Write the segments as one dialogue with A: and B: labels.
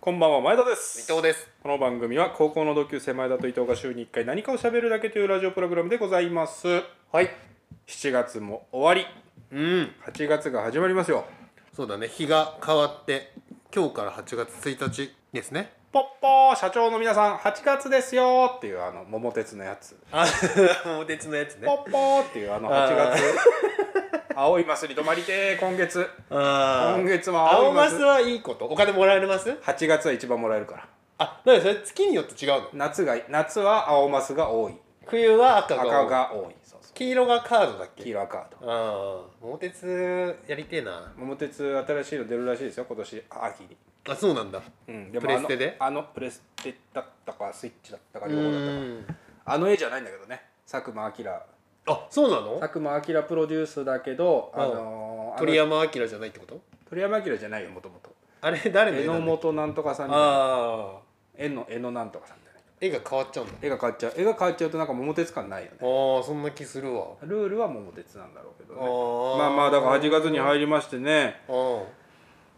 A: こんばんは前田です
B: 伊藤です
A: この番組は高校の同級生前田と伊藤が週に1回何かを喋るだけというラジオプログラムでございます
B: はい
A: 7月も終わ
B: うん
A: り8月が始まりますよ
B: そうだね日が変わって今日から8月1日ですね
A: ポッポー社長の皆さん8月ですよっていうあの桃鉄のやつ
B: あ 桃鉄のやつね
A: ポッポーっていうあの8月 青いマスに泊まりてー今月
B: あ
A: 今月は
B: 青
A: 青マ
B: マ
A: ス
B: スはいいことお金もらえます
A: 8月は一番もらえるから
B: あなんでそれ月によって違うの
A: 夏が夏は青マスが多い
B: 冬は赤が多い
A: 赤が多いそうそ
B: 黄色がカードだっ
A: う
B: け
A: 黄色赤と
B: ああ桃鉄やりてえな
A: 桃鉄新しいの出るらしいですよ今年秋に
B: あそうなんだ
A: うん、でも
B: プレステで
A: あのあのプレステだったかスイッチだったか
B: う
A: 両方だったか
B: ん
A: あの絵じゃないんだけどね佐久間明
B: あそうなの
A: 佐久間明プロデュースだけど、
B: うん
A: あのーあの
B: 鳥山明じゃないってこと
A: 鳥山明じゃないよもともと
B: あれ誰の絵
A: 榎
B: なの
A: 本なんとかさんみたいな
B: ああ
A: 絵の絵のなんとかさんみたいな
B: 絵が変わっちゃうんだ
A: 絵が変わっちゃう絵が変わっちゃうとなんか桃鉄感ないよね
B: ああそんな気するわ
A: ルールは桃鉄なんだろうけどね
B: あー
A: まあまあだから8月に入りましてね
B: う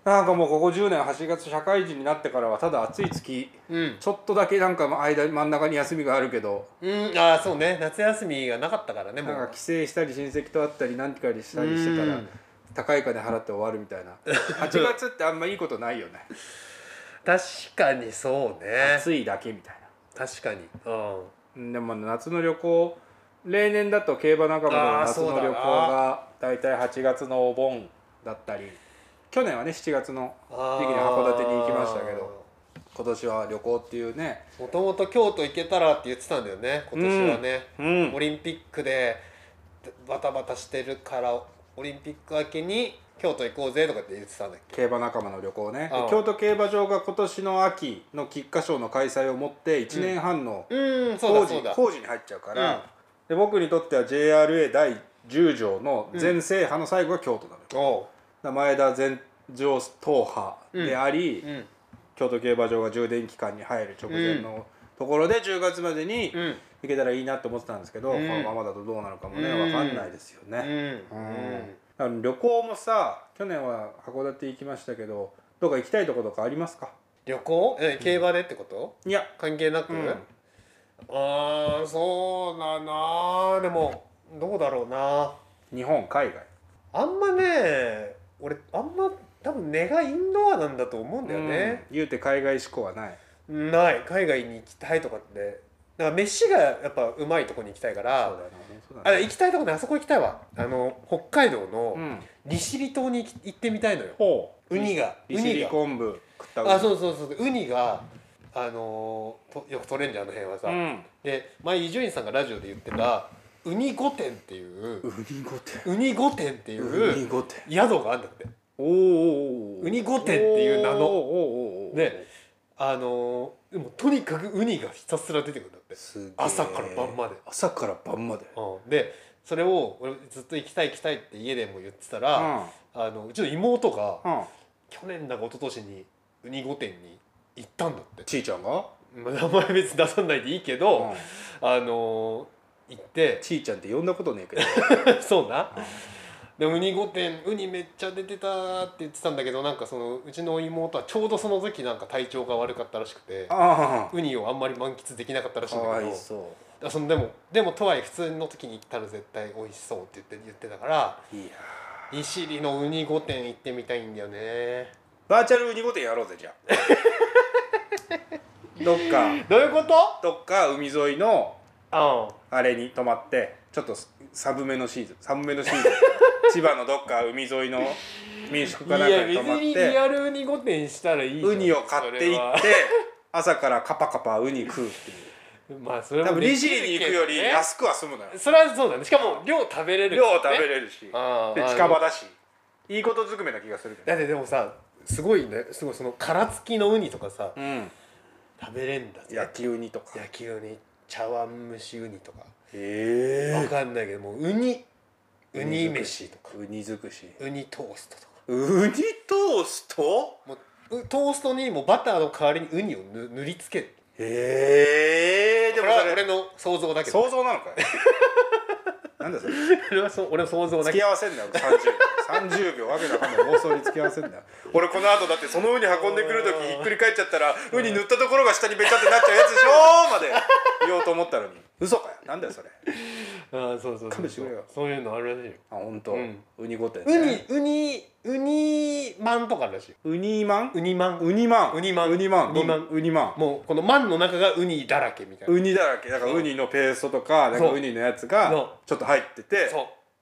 A: なんかもうここ10年8月社会人になってからはただ暑い月
B: ん、
A: ちょっとだけなんか間真ん中に休みがあるけど
B: うん、ああそうね夏休みがなかったからねも
A: なんか
B: う
A: 帰省したり親戚と会ったり何かにしたりしてた
B: う
A: ら
B: ん
A: 高い金払って終わるみた いな8月ってあんまいいことないよね
B: 確かにそうね
A: 暑いだけみたい
B: 確かにうん
A: なうんでも夏の旅行例年だと競馬仲間の
B: あー
A: 夏
B: そう
A: の
B: だな
A: 旅行が大体8月のお盆だったり去年はね7月の時期に函館に行きましたけど今年は旅行っていうね
B: もともと京都行けたらって言ってたんだよね今年はね、
A: うん
B: オリンピックでバタバタしてるからオリンピック明けに京都行こうぜとかって言ってたんだけ
A: 競馬仲間の旅行ねで
B: あー
A: 京都競馬場が今年の秋の菊花賞の開催をもって1年半の、
B: どうんそう
A: 工
B: だ
A: 事
B: そうだ
A: 工事に入っちゃうから、
B: うん
A: で僕にとっては JRA 第10条の全制覇の最後が京都なのよ、だか
B: おう
A: ら前田全条党派であり、
B: うん
A: 京都競馬場が充電期間に入る直前のところで10月までに
B: うん
A: 行けたらいいなと思ってたんですけど、
B: うん
A: このままだとどうなのかもね
B: うん
A: 分かんないですよ
B: うん
A: ね、
B: う
A: うん
B: ん
A: だから旅行もさ去年は函館行きましたけどどっか行きたいとことかありますか
B: 旅行え競馬でってこと、
A: いや
B: 関係なく、
A: うん
B: ああそうだなでもどうだろうな
A: 日本海外
B: あんまね俺あんま多分根がインドアなんだと思うんだよね、
A: うん言うて海外志向はない
B: ない海外に行きたいとかってだから飯がやっぱうまいとこに行きたいから
A: よねそうだ
B: あ
A: よね
B: 行きたいとこねあそこ行きたいわあの北海道
A: う
B: の
A: ん
B: 利尻島に行き行ってみたいのよ
A: ほ
B: ウニが
A: 利
B: ウニ
A: 尻
B: が
A: 昆布食った
B: あそううそうそうウニがあのーとよく取れんじゃんあの辺はさ、
A: うん
B: で前伊集院さんがラジオで言ってたウニ御殿っていう
A: ニ御殿
B: ウニ御殿っていう
A: 御殿
B: 宿があるんだって
A: おーおーおー
B: ウニ御殿っていう名
A: おー
B: の
A: おーおーおー
B: であのーでもとにかくウニがひたすら出てくるんだって、
A: すげー
B: 朝から晩まで
A: 朝から晩まで
B: うん、でそれを俺ずっと行きたい行きたいって家でも言ってた
A: う
B: ら、
A: ん
B: あのうちの妹が
A: うん
B: 去年だか一昨年にウニ御殿に行ったんだって
A: ちいちゃんが
B: まあ名前別に出さないでいいけど、あのー行って
A: ちいちゃんって呼んだことねえけど
B: そうなでウニ御殿ウニめっちゃ出てたって言ってたんだけどなんかそのうちの妹はちょうどその時なんか体調が悪かったらしくて
A: あ
B: ウニをあんまり満喫できなかったら
A: あ
B: しい
A: か
B: んだ
A: わ
B: け
A: い
B: ど
A: そ
B: あそのでもでもとはいえ普通の時に行ったら絶対美味しそうって言って言ってたから
A: ういや
B: 利尻のウニ御殿行ってみたいんだよね
A: バーチャルウニ御殿やろうぜじゃ あどっか
B: どういうこと
A: どっか海沿いの
B: あ
A: あれに泊まってちょっと寒めのシーズン寒めのシーズ ン千葉のどっか海沿いの民宿か
B: あ
A: なん
B: い
A: か
B: や
A: に
B: 別
A: 泊まっ
B: に
A: て
B: リアルウニ御殿したらいいじゃん
A: ウニを買ってい
B: それ
A: っ
B: は
A: て朝からカパカパウニ食うっていう
B: まあそれ
A: 多
B: も
A: 分
B: で
A: 利
B: きる
A: 尻に行くより
B: けどね
A: 安くは済むのよ
B: それはそうだねしかも量食べれる
A: 量食べ
B: る
A: れるしで
B: ああ
A: 近場だしいいことずくめな気がするけ
B: だ
A: ど
B: ってでもさすごいねすごいその殻付きのウニとかさ
A: うん
B: 食べれんだぜ
A: 焼きウニとか
B: 焼きウニ茶碗蒸しウニとかわ
A: え
B: かんないけどもうウニウニ飯とか
A: ウニ尽くし
B: ウニトーストとか
A: ウニトース ト
B: もううトーストにもうバターの代わりにウニをぬ塗りつける
A: ええ
B: で
A: で
B: も
A: も
B: これは
A: そ
B: 俺
A: れ
B: の想像だけど
A: 想像なのかよなんだそれ
B: それはそう 俺の想像だ
A: 付
B: け
A: き合わせん なよ30秒30秒わけのわかんない妄想に付き合わせんなよ俺この後だってそのウニ運んでくる時ひっくり返っちゃったらウニ塗ったところが下にべちゃってなっちゃうやつでしょーまで 言おうと思ったのに嘘かよなんだよそれあ
B: ああそうそう
A: 勘
B: そう
A: 弁して
B: そ
A: くれ
B: う
A: よ
B: そういうのあるらしいよ
A: 本当、
B: うん
A: ウニ御殿
B: ウ
A: ね
B: ニウニウニマンとかあるらしいよ
A: ウニマン
B: ウニマン
A: ウニマン
B: ウニマン
A: ウニマン
B: ウニマン
A: ウニマン
B: もうこのマンの中がウニだらけみたいな
A: ウニだらけだからウニのペーストとかなんか
B: そう
A: ウニのやつ
B: そう
A: がちょっと入ってて
B: そ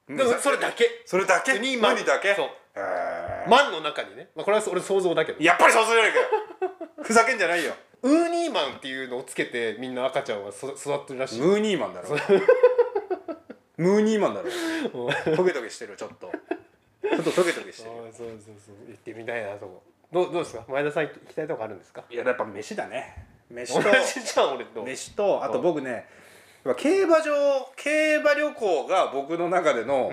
B: う
A: うん
B: でもそれだけ
A: それだけ
B: ウ
A: ウ
B: ニ
A: ニ
B: マン
A: だけ
B: そう
A: へ
B: マンの中にね、まあ、これは俺想像だけど
A: ーやっぱりそうするじゃないかよふざけんじゃないよ
B: ウーニーマンっていうのをつけてみんな赤ちゃんはそ育ってるらしい
A: ムーニーマン だろムーニーマンだろトゲトゲしてるちょっとちょっとトゲトゲしてるよ
B: そうそうそう行ってみたいなとこどうどうですか前田さん行きたいとこあるんですか
A: いややっぱ飯だね飯
B: 同
A: と
B: じじゃん俺と
A: 飯とあと僕ねやっぱ競馬場競馬旅行が僕の中での,、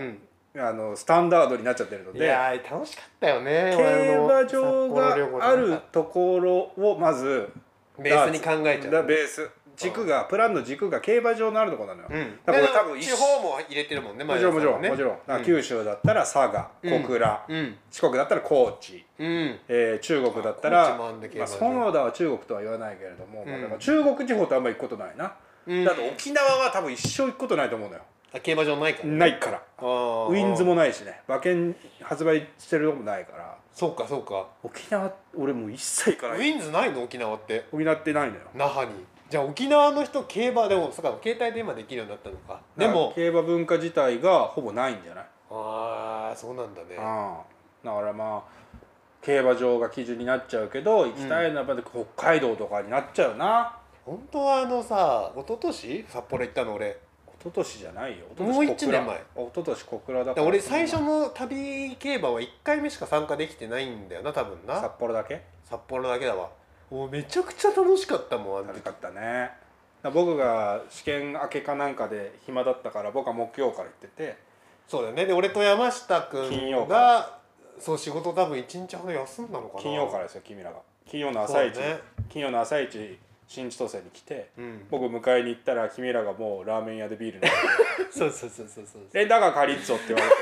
A: あのスタンダードになっちゃってるの
B: い
A: で
B: やー楽しかったよね
A: 競
B: 俺の
A: 馬場
B: 札幌旅行
A: があるところをまず
B: ベースに考えちゃ
A: だ
B: う
A: ベース軸がプランの軸が競馬場のあるところなのよ、
B: うん
A: だからこれ多
B: で
A: 分
B: 地
A: 一
B: 方も入れてるもんね
A: も
B: 前
A: ち
B: 田
A: ろ
B: さ
A: ん
B: ん
A: もちろ
B: は
A: ん
B: ね
A: もちろんだから
B: うん
A: 九州だったら佐賀
B: うん
A: 小倉、
B: うん
A: 四国だったら高知、
B: うん
A: えー中国だった
B: 高
A: ら
B: 知もあんだけ
A: まあ、
B: ど
A: 園田は中国とは言わないけれども、まあ
B: うん
A: だから中国地方とあんま行くことないな、
B: うん
A: だと沖縄は多分一生行くことないと思うのよ
B: あ競馬場ないから
A: ないから
B: あー
A: ウィンズもないしね馬券発売してるのもないから
B: そうかそうか
A: 沖縄俺もう一切行
B: ウ
A: かない
B: ィンズないの沖縄って
A: 沖縄ってないのよ
B: 那覇にじゃあ沖縄の人競馬でもそっか携帯で今できるようになったのかで
A: だから
B: も
A: 競馬文化自体がほぼないんじゃない
B: ああそうなんだね
A: うん、だからまあ競馬場が基準になっちゃうけど行きたいのはやっぱり北海道とかになっちゃうな、
B: 本当はあのさ一昨年札幌行ったの俺
A: 一昨年じゃないよ
B: もう
A: 一昨年
B: 一年前
A: 小倉一昨年小倉だ
B: だ
A: か
B: から
A: ら
B: 俺最初の旅競馬は1回目しか参加できてないんだよな多分
A: 札
B: な
A: 幌だけ
B: 札幌だけだわもうめちゃくちゃ楽しかったもんあの
A: 楽しか
B: 時
A: ったねだから僕が試験明けかなんかで暇だったから僕は木曜から行ってて
B: そうだよねで俺と山下
A: 金
B: 君
A: 曜
B: がそう仕事多分1日ほど休んだのかな
A: 金曜からですよ君らが金曜の朝一、
B: そうだね
A: 金曜の朝一新千歳に来て
B: うん
A: 僕迎えに行ったら君らがもうラーメン屋でビール飲んで
B: そうそうそうそうそう
A: レンダーがカリッツォって言われて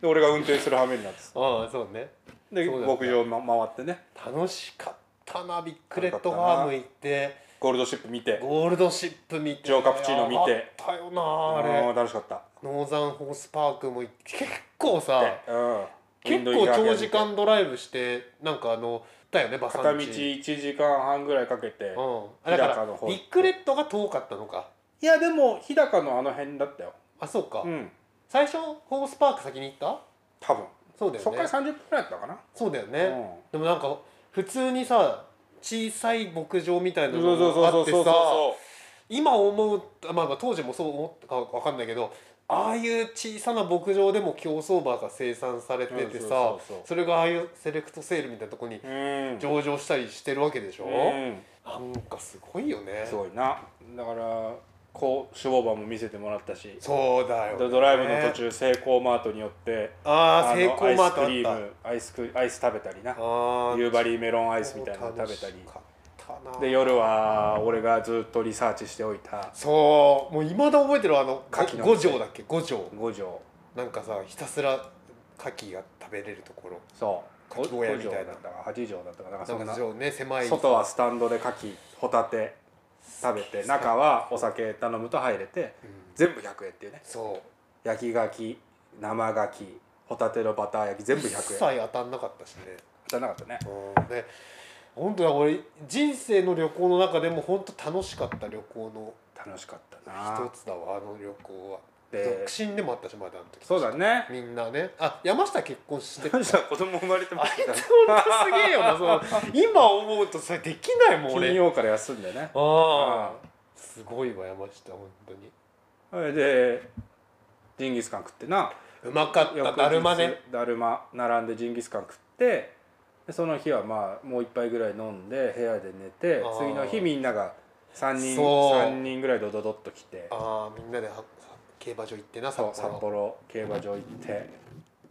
A: で俺が運転する羽目になって
B: ああそうね
A: たで
B: そうだった
A: 牧場、ま、回ってね
B: 楽しかったなビックレットファーム行って
A: ゴールドシップ見て
B: ゴールドシップ見て
A: ジョーカプチーノ見て
B: やばかったよ
A: あ
B: なあれ
A: ー楽しかった
B: ノーザンホースパークも行って結構さ
A: うん
B: 結構長時間ドライブしてなんかあのだよねバサ
A: 片道
B: 道
A: 1時間半ぐらいかけて
B: うんあだか
A: 日高
B: ら
A: の方
B: ビッグレッドが遠かったのか
A: いやでも日高のあの辺だったよ
B: あそうか、
A: うん
B: 最初ホースパーク先に行った
A: 多分
B: そうだよ
A: そっから
B: ね
A: 30分ぐらいだったかな
B: そうだよね、
A: うん
B: でもなんか普通にさ小さい牧場みたい
A: そ
B: な
A: う
B: の
A: そうそう
B: があ
A: そう
B: って
A: そ
B: さ
A: うそ
B: 今思うあまあまあ当時もそう思ったかわかんないけどああいう小さな牧場でも競走馬が生産されてて
A: うんそう
B: さ
A: そうそう
B: それがああいうセレクトセールみたいなとこに
A: ううん
B: 上場したりしてるわけでしょ、
A: うん
B: なんかすごいよね
A: すごいなだからこう脂肪馬も見せてもらったし
B: そうだよ、ね、
A: ドドライブの途中セイコーマートによって
B: ああ
A: あの
B: 成功マート
A: アイスクリー
B: あっ
A: ムアイスクアイス食べたりな
B: たああ
A: 夕張メロンアイスみたいなの食べたり
B: 楽しかったな
A: で夜は俺がずっとリサーチしておいた
B: そうもういまだ覚えてるあの
A: 牡蠣の
B: 五条だっけ五条
A: 五条
B: なんかさひたすら牡蠣が食べれるところ
A: そう
B: 牡蠣小屋みたいな
A: 五条だったか8畳だったかなんかそ
B: なんんか
A: な
B: そうね狭い
A: 外はスタンドで牡蠣ホタテ食べて中はお酒頼むと入れて全部100円っていうね
B: そう
A: 焼き牡蠣生牡蠣ホタテのバター焼き全部
B: 一切
A: 100円
B: 当たんなかったしね
A: じゃなかったね
B: うんね本当だ俺人生の旅行の中でも本当楽しかった旅行の
A: 楽しかった
B: 一
A: な
B: つだわあの旅行は
A: で
B: 独身でもあったしまだあの時
A: そうだね
B: みんなねあ山下結 婚してた
A: 子供生まれてますけど
B: すげえよなその今思うとそれできないもん
A: 金
B: 俺
A: 曜から休んでね
B: ああすごいわ山下本当に
A: それでジンギスカン食ってな
B: うまかっただるまね
A: だるま並んでジンギスカン食ってでその日はまあもう一杯ぐらい飲んで部屋で寝て
B: あー
A: 次の日みんなが3人
B: そう
A: 三人ぐらいドドドッと来て
B: ああみんなでは競馬場行ってな札
A: そう
B: 幌
A: 札幌競馬場行って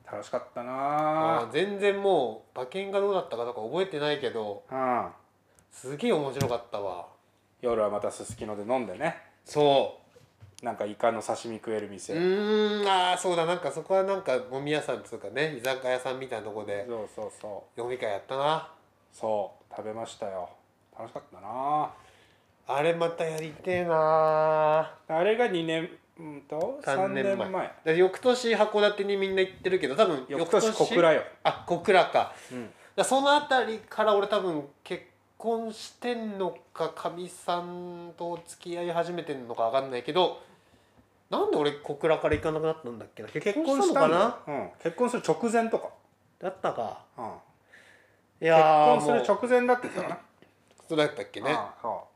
A: 楽しかった
B: あ
A: な
B: ー全然もう馬券がどうだったかとか覚えてないけど
A: あ、うん、
B: すげえ面白かったわ
A: 夜はまたすすきので飲んでね
B: そ
A: なんかイカの刺身食える店、
B: うーんああそうだなんかそこはなんか飲み屋さんとかね居酒屋さんみたいなとこで
A: そうそうそう
B: 飲み会やったな
A: そう食べましたよ楽しかったな
B: あれまたやりてえな
A: あれが2年うんと3
B: 3
A: 年
B: 年
A: 前
B: 前で翌年函館にみんな行ってるけど多分
A: 翌年小倉よ、
B: あ小倉か
A: うん、
B: だそのあたりから俺多分結婚してんのかかみさんと付き合い始めてんのか分かんないけどなんで俺小倉から行かなくなったんだっけな結婚したのか
A: ん
B: な
A: だようん、結婚する直前とか、
B: だったか
A: うん、
B: い
A: 結
B: やー
A: 婚する
B: もう
A: 直前だって言ってたかな
B: そうだったっけね
A: ああそ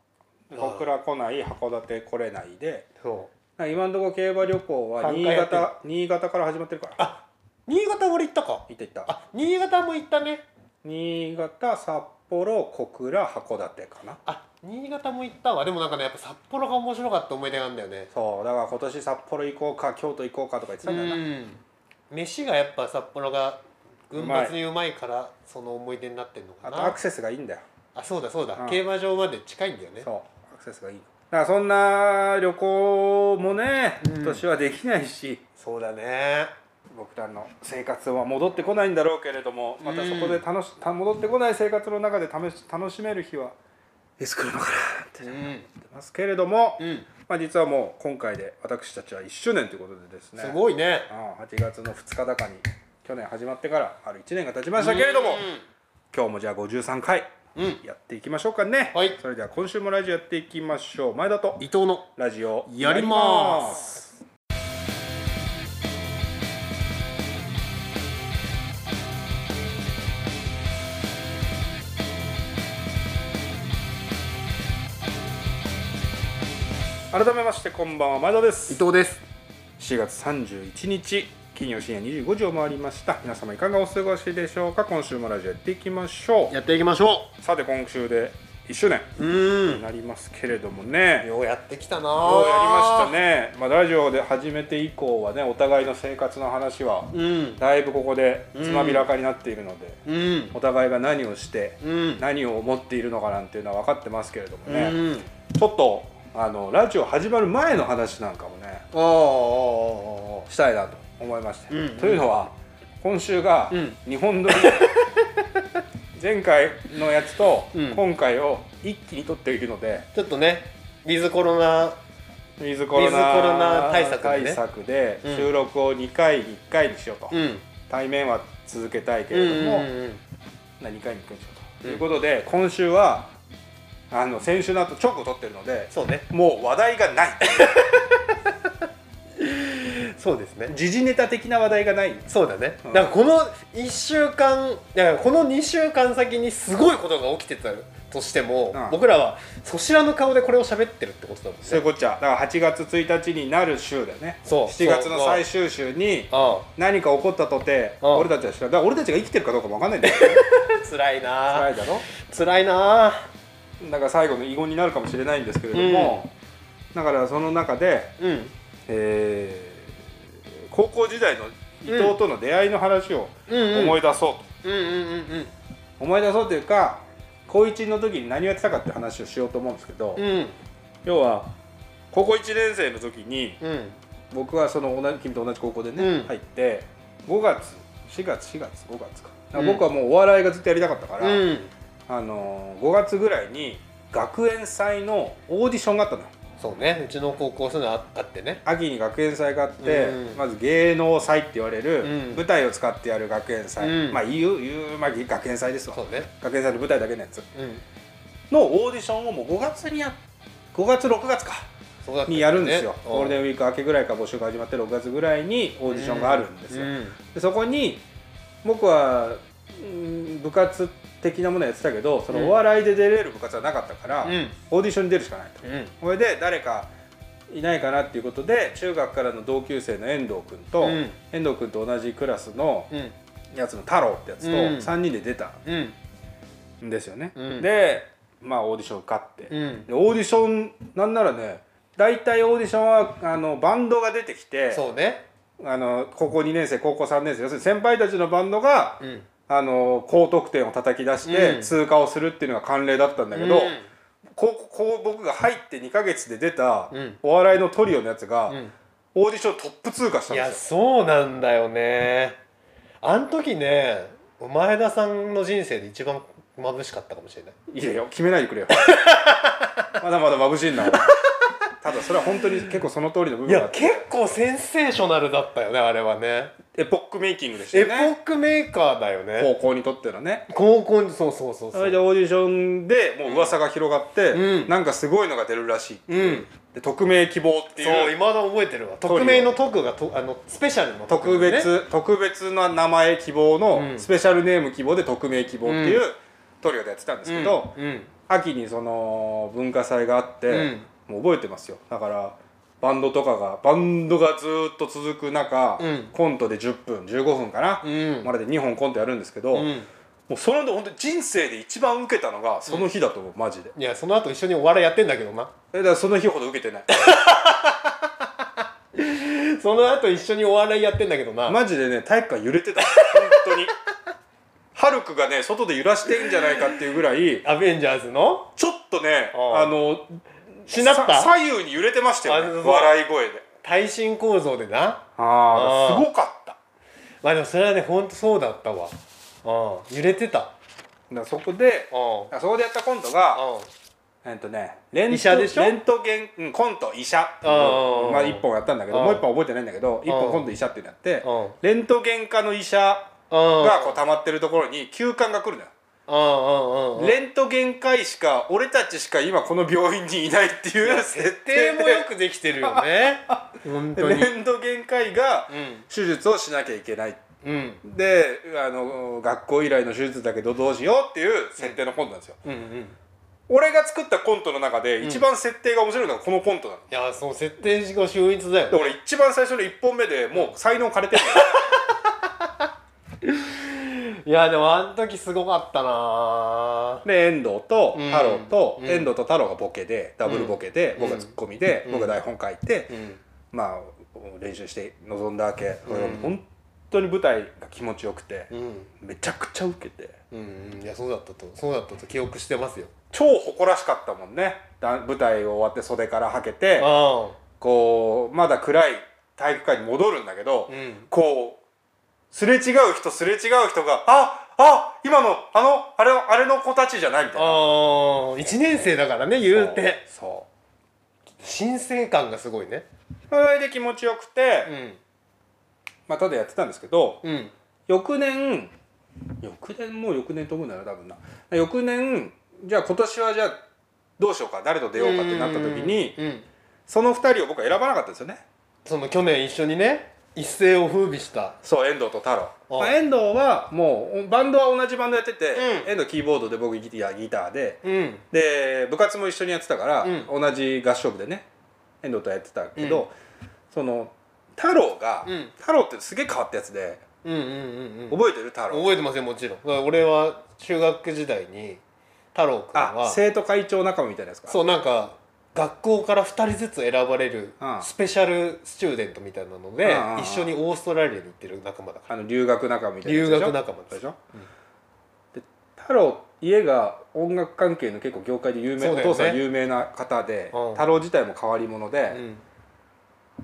A: う小倉来ない函館来れないで
B: そう
A: 今のところ競馬旅行は
B: 三
A: 新
B: 回やってる
A: 潟新潟から始まってるから
B: あ新潟俺行ったか
A: 行った行った
B: あ新潟も行ったね
A: 新潟札幌小倉函館かな
B: あ新潟も行ったわでもなんかねやっぱ札幌が面白かった思い出があるんだよね
A: そうだから今年札幌行こうか京都行こうかとか言ってたんだよな
B: うん飯がやっぱ札幌が群抜にうまいからその思い出になってんのか
A: あ
B: な
A: とアクセスがいいんだよ
B: あそうだそうだ、
A: うん
B: 競馬場まで近いんだよね
A: そうアクセスがいいだからそんな旅行もね
B: うん
A: 今年はできないし、
B: そうだね
A: 僕らの生活は戻ってこないんだろうけれどもまたそこで
B: うん
A: 楽し、た戻ってこない生活の中で試し楽しめる日はいつ来るのかなって
B: う
A: 思っ
B: ん、
A: てますけれども、
B: うん、
A: まあ、実はもう今回で私たちは1周年ということでですね
B: すごいね
A: ああ8月の2日高に去年始まってからある1年が経ちましたけれども今日もじゃあ53回
B: うん、うん
A: やっていきましょうかね、
B: はい
A: それでは今週もラジオやっていきましょう前田と
B: 伊藤の
A: ラジオ
B: やります
A: 改めましてこんばんは前田です
B: 藤です
A: 4月31日金曜深夜25時を回りました皆様いかがお過ごしでしょうか今週もラジオやっていきましょ
B: やっていきましょ
A: うさて今週で1周年
B: うう
A: になりますけれどもね
B: ようやってきたな
A: ようやりました
B: ね
A: ね、まあ、ラジオで始めて以降はねお互いの生活の話は
B: うん
A: だいぶここでつまびらかになっているので、
B: うん
A: お互いが何をして
B: うん
A: 何を思っているのかなんていうのは分かってますけれども
B: う
A: ね、
B: ん
A: ちょっとあのラジオ始まる前の話なんかもね
B: あああああ
A: したいなと思いまして、
B: うんうん
A: というのは今週が
B: うん
A: 日本 撮り、前回のやつと
B: うん
A: 今回を一気に撮っているので、
B: ちょっとねウィズコロナ
A: ウィズコロナ
B: ウィズコロナ対策でね
A: 対策で
B: うん
A: 収録を2回に1回にしようと、
B: ん
A: 対面は続けたいけ
B: うんう
A: れど
B: ん
A: も、
B: うん
A: 何回に1回にしようと、
B: うん
A: いうことで今週はあの先週の後チョコ撮ってるので
B: そうね
A: もう話題がない
B: そうですね
A: 時事ネタ的な話題がない
B: そうだね、
A: うん
B: だからこの1週間だからこの2週間先にすごいことが起きてたとしても、
A: うん
B: 僕らはそしらぬ顔でこれを喋ってるってことだもんね
A: そういうこっちゃだから8月1日になる週だよね
B: そう
A: 7月の最終週に
B: あ
A: 何か起こったとて
B: うん
A: 俺たちは知らないだから俺たちが生きてるかどうかも分かんないんだよ
B: あ辛いな
A: 辛
B: あ
A: いだろ
B: 辛いなあ
A: だから最後の遺言になるかもしれないんですけれども、だからその中で、
B: うん
A: えー高校時代の伊藤との出会いの話を
B: うんうん
A: 思い出そうと、
B: うんうんうん
A: 思い出そうというか高1の時に何をやってたかって話をしようと思うんですけど、
B: うんうん
A: 要は高校1年生の時に
B: うん
A: 僕はその同じ君と同じ高校でね、
B: うん
A: 入って5月4月4月5月かだから
B: うん
A: 僕はもうお笑いがずっとやりたかったから、
B: うん
A: あのー5月ぐらいに学園祭のオーディションがあったのよ
B: そうねうちの高校そういうのああってね
A: 秋に学園祭があって、
B: うん
A: まず芸能祭って言われる、
B: うん
A: 舞台を使ってやる学園祭、
B: うん
A: まあ言う言う、まあ、学園祭ですわ
B: そうね
A: 学園祭の舞台だけのやつ
B: うん
A: のオーディションをもう5月にや5月6月か
B: そうだった
A: にやるんですよ、
B: ね
A: ゴールデンウィーク明けぐらいから募集が始まって6月ぐらいにオーディションがあるんですよ、
B: うん
A: でそこに僕はうん部活的なものやってたけどそのお笑いで出れる部活はなかったから、
B: うん
A: オーディションに出るしかないと
B: うん
A: これで誰かいないかなっていうことで中学からの同級生の遠藤君と、
B: うん
A: 遠藤君と同じクラスの
B: うん
A: やつの太郎ってやつと
B: うん
A: 3人で出た
B: うん
A: んですよね、
B: うん
A: でまあオーディション受かって、
B: うん
A: でオーディションなんならね大体オーディションはあのバンドが出てきて
B: そうね
A: あの高校2年生高校3年生要するに先輩たちのバンドが、
B: うん
A: あの高得点を叩き出して
B: うん
A: 通過をするっていうのが慣例だったんだけど、
B: うん
A: こうこう僕が入って2か月で出た
B: うん
A: お笑いのトリオのやつが、
B: うん
A: オーディショントップ通過した
B: い
A: んで
B: や
A: す
B: そうなんだよねあの時ね前田さんの人生で一番眩しかったかもしれない
A: よいやいや決めないでくれよ まだまだ眩しい なただそれは本当に結構その通りの部
B: い
A: 分があ
B: や
A: って
B: 結構センセーショナルだったよねあれはね
A: エポックメイキングでした
B: エ
A: よ
B: ポ
A: ね
B: ックメーカーだよね
A: 高校にとってのね
B: 高校にそうそうそう
A: そ
B: そ
A: れで
B: う
A: オーディションでもう噂が広がって、
B: うん
A: なんかすごいのが出るらしい、
B: うん
A: で匿名希望って
B: そう
A: いう
B: いまだ覚えてるわ
A: トリオ
B: 匿名の特がとあのスペシャルの
A: 特
B: 特だよね
A: 別、特別な名前希望の、
B: うん
A: スペシャルネーム希望で匿名希望っていう、トリオでやってたんですけど、
B: うんうん
A: 秋にその文化祭があって、もう覚えてますよだからバンドとかがバンドがずーっと続く中、
B: うん
A: コントで10分15分かな、
B: うん
A: まで2本コントやるんですけど、
B: う
A: も
B: ん
A: うその本当に人生で一番受けたのがその日だと思う、マジで
B: いやその後一緒にお笑いやってんだけどな
A: えだからその日ほど受けてない
B: その後一緒にお笑いやってんだけどな、
A: マジでね体育館揺れてた本当にハルクがね外で揺らしてんじゃないかっていうぐらい
B: アベンジャーズの
A: ちょっとね
B: ああ
A: あの
B: しなっ
A: さ
B: た
A: 左右に揺れてましたよ
B: あ
A: ね
B: そう
A: 笑い声で
B: 耐震構造でな
A: あ
B: あ
A: あすごかっただか
B: まあでもそれはねほんとそうだったわうん揺れてた
A: らそこで
B: うん
A: そこでやったコントが
B: うん
A: えっとねレント
B: 医者でしょ
A: レントゲン、うん、コント医者っていう
B: ああ
A: まあ、1本やったんだけど
B: ああ
A: もう1本覚えてないんだけど1
B: ああ
A: 本コント医者っていうのやって
B: うん
A: レントゲン科の医者がこう
B: が
A: 溜まってるところに急患が来るのよ
B: こレ
A: レントゲン科医しか俺たちしか今この病院にいないっていう設定
B: 定
A: も
B: も
A: よ
B: よ
A: く
B: くできてるよ ね本当に
A: レントゲン科医が
B: うん
A: 手術をしなきゃいけない
B: うん
A: であの学校以来の手術だけどどうしようっていう設定のコントなんですよ、
B: うんうんい
A: 俺が作ったコントの中で一番設定が面白いのがこのコントなの、
B: やその設定が秀逸だ
A: で
B: よ
A: 俺一番最初の1本目でもう才能枯れてるのよ
B: いやでもあの時すごかったな
A: で遠藤と
B: うん
A: 太郎と、
B: うん
A: 遠藤と太郎がボケでダブルボケで、
B: うん
A: 僕がツッコミで、
B: うん
A: 僕が台本書いて、
B: うん
A: まあ練習して臨んだわけ、
B: うん
A: 俺も本当に舞台が気持ちよくて、
B: うん
A: めちゃくちゃ受けて
B: うんうんいやそうだったとそうだったと記憶してますよ
A: 超誇らしかったもんねだ舞台を終わって袖からはけて
B: あ
A: こうまだ暗い体育館に戻るんだけど、
B: うん
A: こうすれ違う人すれ違う人が「ああ今のあのあれあれの子たちじゃない」みたいな。
B: あ1年生だからね言うて
A: そう
B: 新鮮感がすごいね
A: そうそれで気持ちよくて、
B: うん
A: まあ、ただやってたんですけど、
B: うん
A: 翌年翌年もう翌年と思うんだよな多分な翌年じゃあ今年はじゃあどうしようか誰と出ようかってなった時に
B: うんうん
A: その2人を僕は選ばなかったんですよね
B: その去年一緒にね一世を風靡した
A: そう遠藤と太郎
B: あ
A: ま
B: あ
A: あ、遠藤はもうバンドは同じバンドやってて、
B: うん
A: 遠藤キーボードで僕ギターギターで
B: うん
A: で部活も一緒にやってたから、
B: うん
A: 同じ合唱部でね遠藤とやってたけど、
B: うん
A: その太郎が、
B: うん
A: 太郎ってすげえ変わったやつで
B: うんうんうん
A: 覚えてる太郎
B: 覚えてませんもちろんだから俺は中学時代に太郎くん
A: あ
B: は
A: 生徒会長仲間みたいなやつか
B: そうなんか学校から2人ずつ選ばれる
A: うん
B: スペシャルスチューデントみたいなので
A: うんうんうん
B: 一緒にオーストラリアに行ってる仲間だか
A: あの留学仲間みた
B: ら
A: いなや
B: 留
A: つでしょ
B: 学仲
A: そう
B: 間で
A: ですしょ、
B: うん
A: で太郎家が音楽関係の結構業界で有名、
B: そう
A: お
B: だよね
A: 父さん有名な方で、
B: うん
A: 太郎自体も変わり者で、
B: うん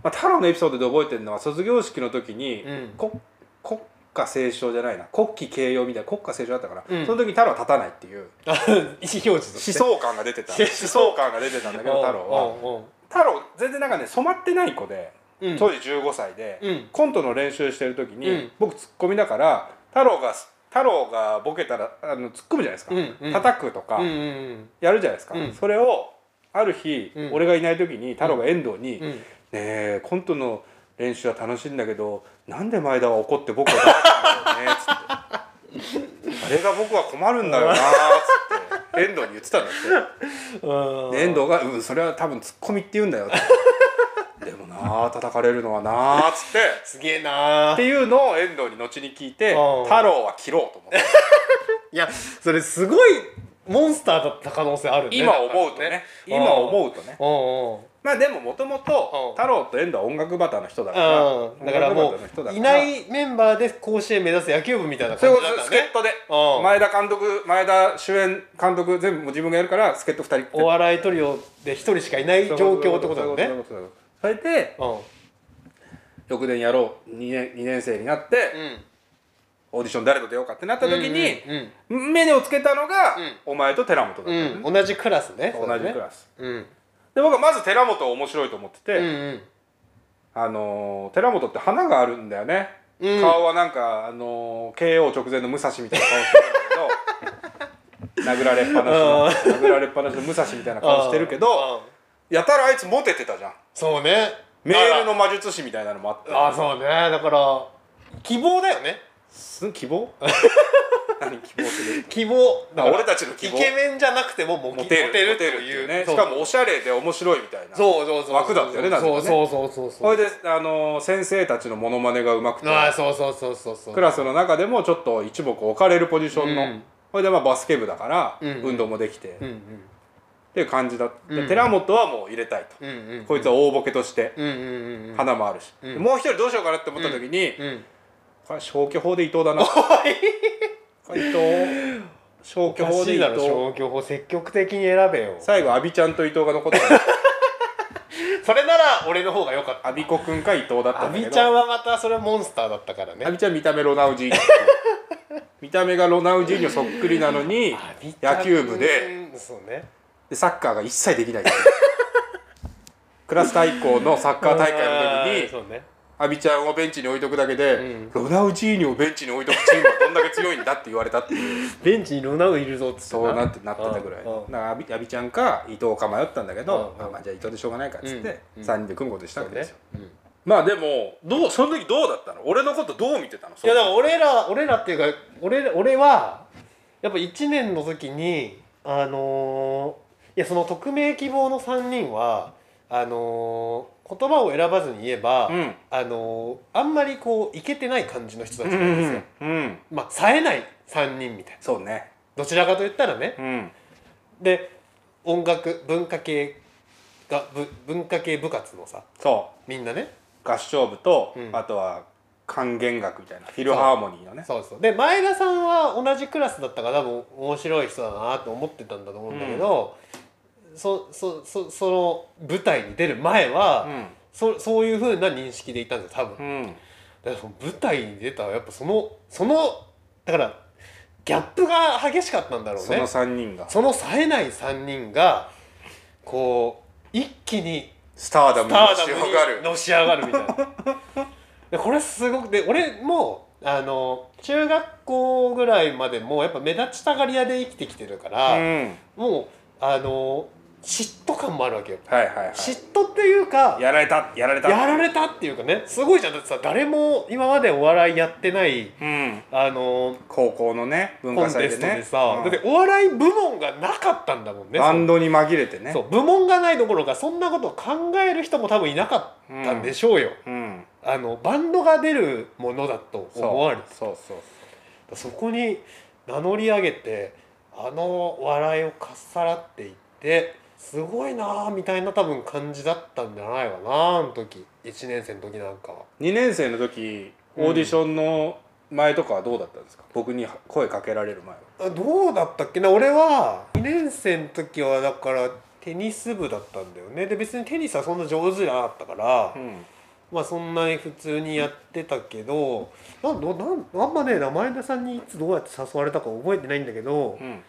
A: まあ、太郎のエピソードで覚えてるのは卒業式の時に、
B: うん
A: こ国歌斉唱じゃないな国旗掲揚みたいな国歌斉唱だったから、
B: うん
A: その時に太郎は立たないっていう
B: あ意思表示と
A: 思
B: して
A: 想感が出てた 思
B: 思
A: 想感が出てたんだけど太郎は
B: は
A: 太郎全然なんかね染まってない子で、
B: うん
A: 当時15歳で、
B: うん
A: コントの練習してる時に、
B: うん
A: 僕ツッコミだから太郎が太郎がボケたらあのツッコむじゃないですか、
B: うんうん
A: 叩くとか、
B: うんうん
A: やるじゃないですか、
B: うん
A: それをある日、
B: うん
A: 俺がいない時に太郎が遠藤に「
B: うんう
A: ね
B: ん
A: えコントの練習は楽しいんだけどなんで前田は怒って僕は黙ってんだろうね」つって。 あれが僕は困るんだよなーっつって遠藤に言ってたんだって
B: うん
A: で遠藤が「うんそれは多分ツッコミって言うんだよ」って「 でもなー叩かれるのはな」っつって
B: すげえな
A: っ
B: あ
A: ていうのを遠藤に後に聞いて
B: うん
A: 太郎は切ろうと思って
B: いやそれすごいモンスターだった可能性あるね
A: 今思うとね今思うとね
B: う
A: まあでももとも
B: うん
A: と太郎と遠藤は音楽バターの人だか
B: んうんうん
A: ら
B: だからも
A: 音楽バターの人だ
B: う
A: から
B: いないメンバーで甲子園目指す野球部みたいな
A: そう
B: 感
A: いう
B: じ
A: ことで
B: だった
A: す助
B: ね
A: っ人で
B: うん
A: 前田監督前田主演監督全部自分がやるから助っ人2人って
B: お笑いトリオで一人しかいない状況ってことだよ
A: そうい
B: ね
A: うことそういうことそれで翌年やろう2年 ,2 年生になって、オーディション誰と出ようかってなった時に、
B: うんうん
A: 目にをつけたのが、
B: うん
A: お前と寺本だったの
B: うん
A: ね、
B: うん同じクラスね
A: 同じクラス、
B: スうん
A: で僕はまず寺本面白いと思ってて、
B: うんうん
A: あのー寺本って花があるんだよね、
B: うん
A: 顔はなんか、あのー KO 直前の武蔵みたいな顔してるんだけど殴られっぱなしの殴られっぱなしの武蔵みたいな顔してるけど
B: うん
A: やたらあいつモテてたじゃん
B: そうね
A: メールの魔術師みたいなのもあって
B: あそうねだから希望だよね
A: す希望何希望する
B: 希望
A: だから俺たちの希望
B: イケメンじゃなくてもモ
A: モ
B: テ
A: テる
B: モテる
A: モ
B: って
A: テるって
B: い
A: いううね
B: そ
A: し
B: う
A: かもおしゃれで面白いみたいな
B: そうそうそう
A: 枠だったよねなんかね
B: そうそうそうそう
A: そ
B: そう
A: れで、あのー先生たちのモノマネがうまくて
B: ああそうそうそうそうそう
A: クラスの中でもちょっと一目置かれるポジションの、
B: うん
A: それでまあバスケ部だから、
B: うん
A: 運動もできて、
B: う
A: っ
B: んうん
A: ていう感じだった、
B: うん
A: 寺本はもう入れたいと、
B: うんうん
A: こいつは大ボケとして、
B: うんうんうんうん
A: 花もあるし、
B: ん
A: でもう一人どうしようかなって思った時に、
B: うん
A: これ消去法で伊藤だなこれ伊藤消去
B: 消去
A: 法
B: 法
A: で
B: でい
A: 伊
B: いだろ
A: 藤
B: 消去法積極的に選べよ
A: 最後阿ビちゃんと伊藤が残った
B: それなら俺の方が良かった
A: 阿ビ子くんか伊藤だった
B: ア
A: んだけど
B: ビちゃんはまたそれモンスターだったからね
A: アビちゃん見た目ロナウジーニョ見た目がロナウジーニョそっくりなのに
B: アビちゃん
A: 野球部で
B: うんそうね
A: でサッカーが一切でき ないクラス対抗のサッカー大会の
B: あー
A: 時に
B: そうね
A: アビちゃんをベンチに置いとくだけで、
B: うん
A: ロナウジーニョをベンチに置いとくチームはどんだけ強いんだって言われたっていう
B: ベンチにロナウいるぞっつって
A: そうなってなってたぐらいだ
B: うんうん
A: からアビアビちゃんか伊藤か迷ったんだけど、
B: うんうん
A: あまあ、じゃあ伊藤でしょうがないかっつって、
B: うん
A: 3人で組むことにした
B: そ
A: わ
B: う
A: けですよ、
B: ねうん
A: まあでもどうその時どうだったの俺のことどう見てたの
B: いやだから俺ら俺らっていうか俺ら俺はやっぱ1年の時にあのーいやその匿名希望の3人はあのー言葉を選ばずに言えば、
A: うん
B: あのーあんまりこういけてない感じの人た
A: う
B: ちなんんですよ、
A: うんうん
B: まあ冴えない3人みたいな
A: そうね
B: どちらかと言ったらね
A: うん
B: で音楽文化系がぶ文化系部活のさ
A: そ
B: みんなね
A: う合唱部と、
B: うん
A: あとは管弦楽みたいなフィルハーモニーのね
B: そうそうで前田さんは同じクラスだったから多分面白い人だなと思ってたんだと思うんだけど、そそそその舞台に出る前は、そそういうふうな認識でいたんですよ多
A: う
B: 分、
A: ん、うん、
B: だからその舞台に出たらやっぱそのそのだからギャップが激しかったんだろう
A: その
B: ね
A: 3人が
B: その冴えない3人がこう一気に
A: スターダ
B: ス
A: ム
B: タ
A: に
B: ーダ
A: 仕
B: ム
A: 上がる
B: にのし上がるみたいな でこれすごくで俺もあの中学校ぐらいまでもやっぱ目立ちたがり屋で生きてきてるから、
A: うん
B: もうあの嫉妬感もあるわけよ、
A: はいはいは
B: 嫉妬っていうか
A: いやられたやられた
B: やられたっていうかねすごいじゃんだってさ誰も今までお笑いやってない
A: うん
B: あの
A: 高校のね文
B: コ
A: 化
B: ン
A: 祭
B: テ
A: で
B: スト
A: ね
B: でさ、
A: うん
B: だってお笑い部門がなかったんだもんね
A: バンドに紛れてね
B: そう部門がないどころかそんなことを考える人も多分いなかったんでしょうよ、
A: うん
B: あのバンドが出るものだと
A: そう
B: 思われて
A: そうそう
B: そこに名乗り上げてあの笑いをかっさらっていってすごいなあみたいな多分感じだったんじゃないかなあの時1年生の時なんかは
A: 2年生の時オーディションの前とかはどうだったんですか、僕に声かけられる前は
B: あどうだったっけな俺は2年生の時はだからテニス部だったんだよねで別にテニスはそんな上手じゃなかったから、
A: ん
B: まあそんなに普通にやってたけどなんどなんあんまね前田さんにいつどうやって誘われたか覚えてないんだけど、
A: うん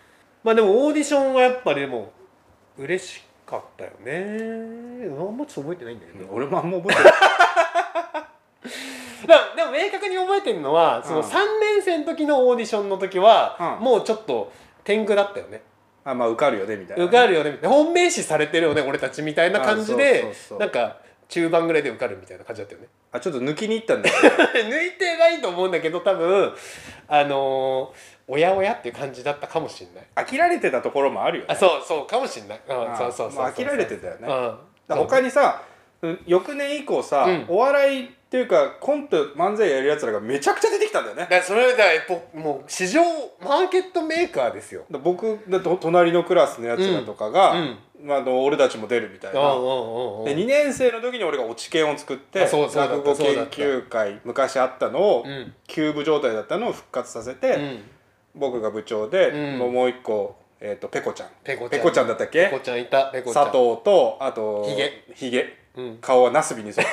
B: まあでもオーディションはやっぱりでも嬉しかったよねあんまちょっと覚えてないんだけど、
A: 俺もあんま覚えて ない
B: だからでも明確に覚えてるのはその
A: うん
B: 3年生の時のオーディションの時は、
A: うん
B: もうちょっと天狗だったよね
A: あまあ受かるよねみたいなね、
B: 受かるよねみたいな本命視されてるよね俺たちみたいな感じ
A: あそ
B: で
A: うそうそう
B: なんか中盤ぐらいで受かるみたいな感じだったよね
A: あちょっと抜きに行ったんだけど
B: 抜いてないと思うんだけど多分あのーおやおやっていう感じだったかもしんない
A: 飽きられてたところもあるよね
B: あそうそうかもしんないうんそうそうそうそう
A: まあ飽きられてたよね
B: うん
A: 他にさうん翌年以降さ、
B: うん
A: お笑いっていうかコント漫才やるやつらがめちゃくちゃ出てきたんだよね
B: だからそれだからぽもう市場マーケットメーカーですよ
A: だ僕だと隣のクラスのやつらとかが、
B: うん
A: まあ、あの俺たちも出るみたいな、
B: あ
A: で2年生の時に俺が落ち研を作って
B: あそうそうだった
A: 落語
B: そう
A: 研
B: だった
A: 究会昔あったのを、
B: うん
A: キューブ状態だったのを復活させて、
B: うん
A: 僕が部長で、
B: うん
A: もう一個、えー、とペコちゃん
B: ペコちゃん
A: だったっ
B: ペ
A: け
B: コちゃんいたペコちゃん
A: 佐藤とあと
B: ひげ
A: ひげ
B: うん
A: 顔はナスビ にそっ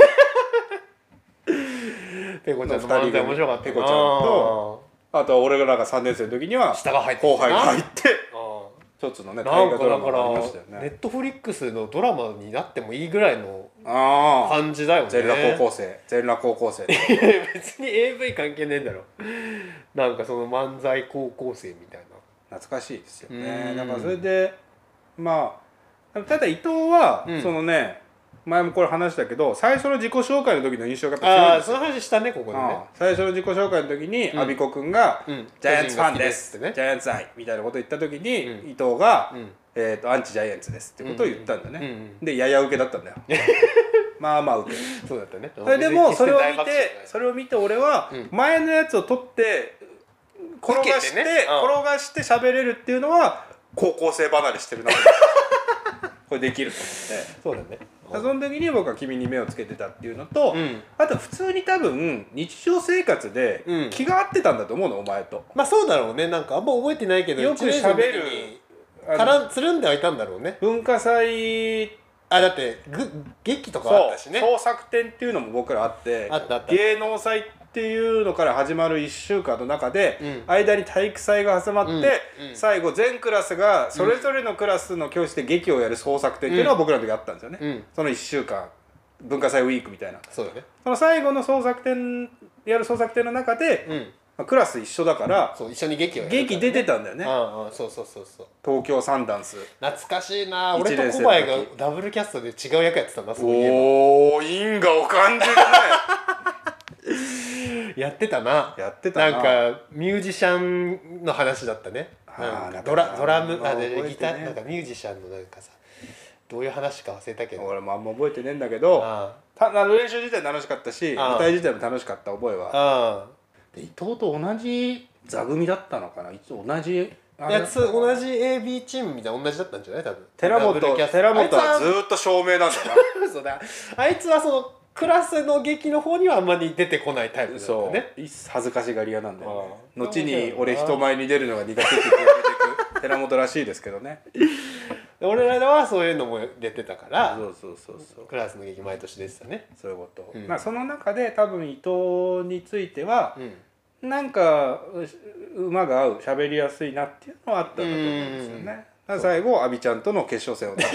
B: ペコちゃんの
A: の二人
B: 漫才
A: 組
B: 面白かったな
A: ペコちゃんとあとは俺らが3年生の時には
B: 下が入って
A: 後
B: きて
A: 輩
B: な
A: が入って
B: あ
A: 一つのね
B: あなん
A: 大
B: か
A: 河
B: だか
A: ド
B: ら
A: ラマがありましたよ
B: ネ
A: ね
B: ットフリックスのドラマになってもいいぐらいの
A: ああ
B: 感じだよね
A: 全裸高校生全裸高校生
B: いや 別に AV 関係ねえんだろなんかその漫才高校生みたい
A: 懐かしいですよ
B: う
A: ね
B: ん
A: だからそれでまあただ伊藤は
B: うん
A: そのね前もこれ話したけど最初の自己紹介の時の印象がやっぱ
B: な
A: 強い
B: あ
A: ん
B: あ
A: です
B: そ
A: よ
B: の話したねここで
A: ああ
B: ね
A: 最初の自己紹介の時に
B: うん
A: 阿鼻子くんが
B: うん
A: 「ジャイアンツファンです」
B: 巨人が好きですってね
A: ジャイアンツ愛」みたいなこと言った時に
B: うん
A: 伊藤が
B: うん
A: 「えーとアンチジャイアンツです」ってことを言ったんだ
B: うんう
A: ね
B: ん
A: でやや受けだったんだよ まあまあ受け
B: そうだったね
A: それでもそれを見てそ
B: れ
A: れを見て俺は
B: うん
A: 前のやつを取って転がして
B: 受けてねうん
A: 転がして喋れるっていうのは高校生離れして るなとこれできると思って
B: そうだね
A: だからその時に僕は君に目をつけてたっていうのと
B: うん
A: あと普通に多分日常生活で
B: うん
A: 気が合ってたんだと思うのお前と。
B: まあそうだろうねなんかあんま覚えてないけど
A: よく
B: 一年生の時
A: 喋る
B: に
A: あの
B: からつるんではいたんだろうね
A: 文化祭
B: あだってぐ劇とかあ
A: そ
B: っ
A: う
B: たしね
A: 創作展っていうのも僕らあって
B: あったあった
A: 芸能祭っていうのから始まる1週間の中で、
B: うん
A: 間に体育祭が挟まって、
B: うんうん
A: 最後全クラスがそれぞれのクラスの教室で劇をやる創作展っていうのは僕らの時あったんですよね、
B: うん
A: その1週間文化祭ウィークみたいな
B: そうだね
A: その最後の創作展やる創作展の中で、
B: うん
A: まあクラス一緒だから、
B: そう一緒に劇をやるからね
A: 劇出てたんだよね、
B: ああそうそうそうそう
A: 東京サンダンス
B: 懐かしいな
A: 一
B: 俺
A: 年生の時
B: と小林がダブルキャストで違う役やってたんだそういえ
A: おお因果を感じるね
B: ばやってたな
A: やってたな
B: なんかミュージシャンの話だったね
A: あー
B: なん
A: な
B: か
A: んか
B: ドラドラム
A: あー
B: あ
A: 覚えて
B: で
A: ね
B: ギターなんかミュージシャンのなんかさどういう話か忘れたけど
A: 俺もあんま覚えてねえんだけど
B: あ
A: たあの練習自体楽しかったし
B: ああ
A: 舞台自体も楽しかった覚えは
B: あ
A: 伊藤と同じ座組だったのかないつ同じあ
B: い
A: れだ
B: や
A: った
B: つ
A: のかな
B: 同じ AB チームみたいな同じだったんじゃない多分
A: 寺本
B: ダブルキャスト
A: 寺本
B: あ
A: はい
B: つ
A: ずーっと照明な んだ
B: そうだあいつはそのクラスの劇の方にはあんまり出てこないタイプだ
A: な
B: った
A: そう
B: ね
A: 恥ずかしがり屋なんだよ
B: ああ
A: ね後に
B: そうだ
A: 俺
B: よな
A: 人前に出るのが苦手って言われてく 寺本らしいですけどね
B: で俺らはそういうのも出てたから
A: そうそうそうそう
B: クラスの劇毎年出てたね
A: そういうこと、
B: うん
A: まあその中で多分伊藤については
B: う、ん
A: なんかう馬が合う喋りやすいなっていうのはあったんだと思うんですよ
B: う
A: ね
B: ん
A: だから最後阿ビちゃんとの決勝戦を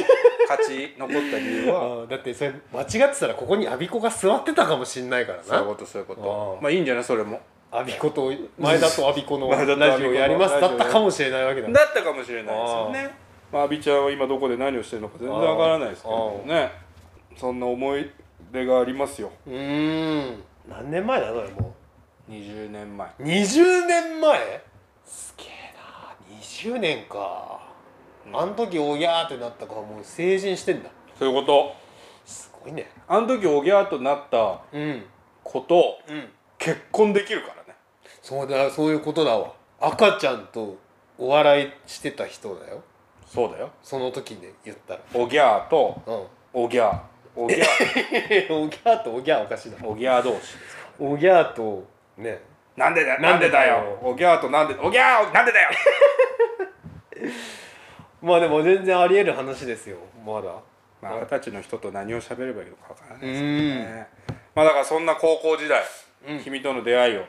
A: 勝ち残った理由は
B: あだってそれ間違ってたらここにアビコが座ってたかもしんないから
A: そういう
B: な
A: ことそういうこ
B: あ
A: と
B: あ
A: まあいいんじゃないそれも
B: アビコと前田とアビコの
A: 前田とアビコの
B: ラジオやりますだったかもしれないわけだ
A: だったかもしれないですよねまあ阿ビちゃんは今どこで何をしてるのか全然わからないですけどねそんな思い出がありますよ
B: うーん何年前だそれも
A: 20年前
B: う20年前すげえな20年かあの時おぎゃーってなったからもう成人してんだ
A: そういうこと
B: すごいね
A: あの時おぎゃーとなった
B: うん
A: 子と
B: うん
A: 結婚できるからね
B: そうだそういうことだわ赤ちゃんとお笑いしてた人だよ
A: そうだよ
B: その時で言ったら
A: おぎゃーと
B: うん
A: おぎゃーおぎゃー
B: おぎゃーとおぎゃーおかしいだろ
A: おぎゃー同士
B: おぎゃーとね
A: なんでだよ
B: な
A: なんん
B: で
A: で
B: だ
A: だ
B: よ
A: よおぎゃーとなんでおぎゃーなんでだよ
B: まあでも全然ありえる話ですよまだ
A: まあ二十歳の人と何を喋ればいいのかわからないです
B: ん
A: ねまあだからそんな高校時代、
B: うん
A: 君との出会いを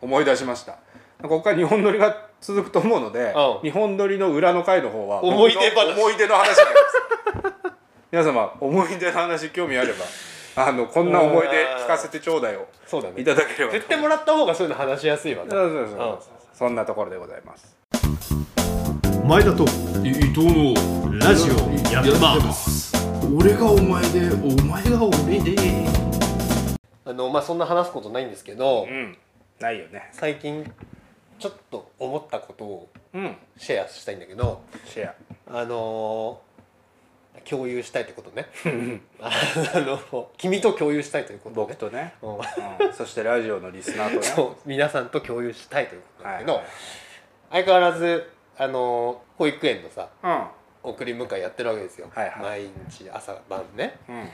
A: 思い出しましたここから日本撮りが続くと思うので、
B: うん
A: 日本撮りの裏の回の方は
B: 思い出話
A: 僕の思い出の 話になります皆様思い出の話興味あればあのこんな思い出聞かせてちょうだいを
B: そうだね
A: いただければと
B: 絶対もらった方がそういうの話しやすいわね
A: そうそうそうそうそんなところでございます
C: 前田と
D: 伊藤の
C: ラジオやってます
D: 俺がお前でお前が俺で
B: あのまあそんな話すことないんですけど、
A: うんないよね
B: 最近ちょっと思ったことを
A: うん
B: シェアしたいんだけど
A: シェア
B: あのー共有したいってことね あの君と共有したいということ
A: 僕
B: ね
A: とね、
B: うん
A: うんそしてラジオのリスナーとね
B: そう皆さんと共有したいということなんだけど、
A: はい
B: 相変わらずあの保育園のさ
A: う
B: 送り迎えやってるわけですよ、
A: はいはい
B: 毎日朝晩ね
A: んうん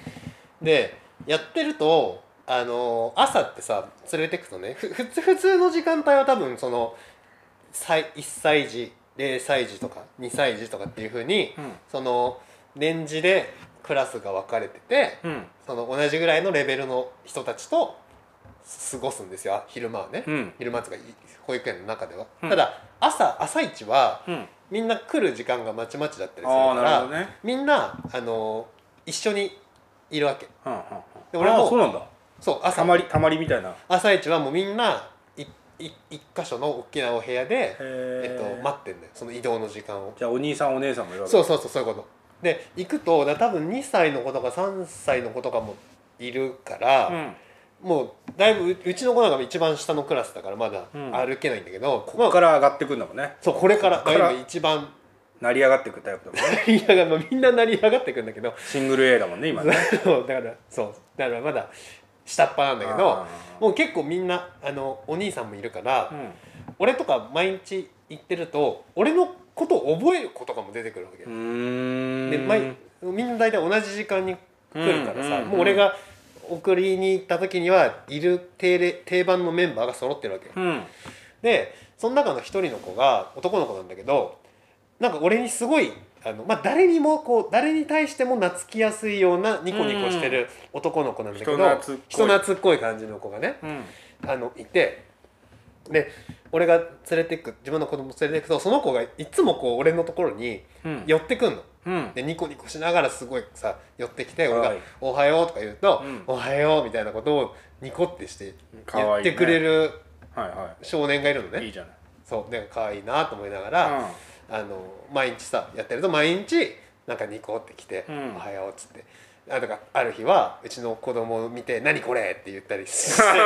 B: でやってるとあの朝ってさ連れてくとねふふつ普通の時間帯は多分その歳1歳児0歳児とか2歳児とかっていうふうに、
A: うん
B: その年次でクラスが分かれてて、
A: うん
B: その同じぐらいのレベルの人たちと過ごすんですよ昼間はね、
A: うん
B: 昼間とかい保育園の中では、
A: うん
B: ただ朝朝一は
A: うん
B: みんな来る時間がまちまちだったりする
A: ああ
B: か
A: なる
B: ら
A: ほどね
B: みんなあの一緒にいるわけ
A: うんうんうん
B: で俺も
A: ああそうなんだ
B: そう朝
A: たまりたまりみたいなへ
B: 朝一はもうみんないい一箇所の大きなお部屋で、えっと、待ってんだよその移動の時間を
A: じゃあお兄さんお姉さんもいるわけ
B: そうそうそうそういうことで行くとだ多分2歳の子とか3歳の子とかもいるから、
A: ん、
B: もうだいぶううちの子なんか一番下のクラスだからまだ
A: うん
B: 歩けないんだけど、
A: ここ
B: まあ
A: から上がってくんだもんね
B: そうこれから
A: こっから
B: だいぶ一番
A: 成り上がってくタイプだもんね
B: 成り上がまあみんな成り上がってくんだけど
A: シングル A だもんね今ね
B: そうだからそうだからまだ下っ端なんだけど
A: あー
B: もう結構みんなあのお兄さんもいるから、
A: うん
B: 俺とか毎日行ってると俺のことを覚える子とかも出てくるわけ、
A: うーん
B: で毎みんな大体同じ時間に来るからさ、
A: うんうんうん
B: もう俺が送りに行った時にはいる定例定番のメンバーが揃ってるわけ、
A: うん
B: でその中の一人の子が男の子なんだけどなんか俺にすごいあの、まあ、誰にもこう誰に対しても懐きやすいようなニコニコしてる男の子なんだけど、
A: 人懐っこい
B: 人懐っこい感じの子がね
A: うん
B: あのいてで俺が連れてく自分の子供連れてくとその子がいつもこう俺のところに
A: うん
B: 寄ってくんの。
A: うん
B: でニコニコしながらすごいさ寄ってきて俺が
A: はい
B: 「おはよう」とか言うと
A: うん
B: 「おはよう」みたいなことをニコってして
A: か
B: や
A: わ
B: っ
A: いい
B: て
A: ね
B: くれる
A: はいは
B: 少年がいるのね
A: いいいじゃない
B: そうなんか可愛いなと思いながら、あの毎日さやってると毎日なんかニコって来て「
A: うん
B: おはよう」っつって。あとかある日はうちの子供を見て「何これ!」って言ったりした り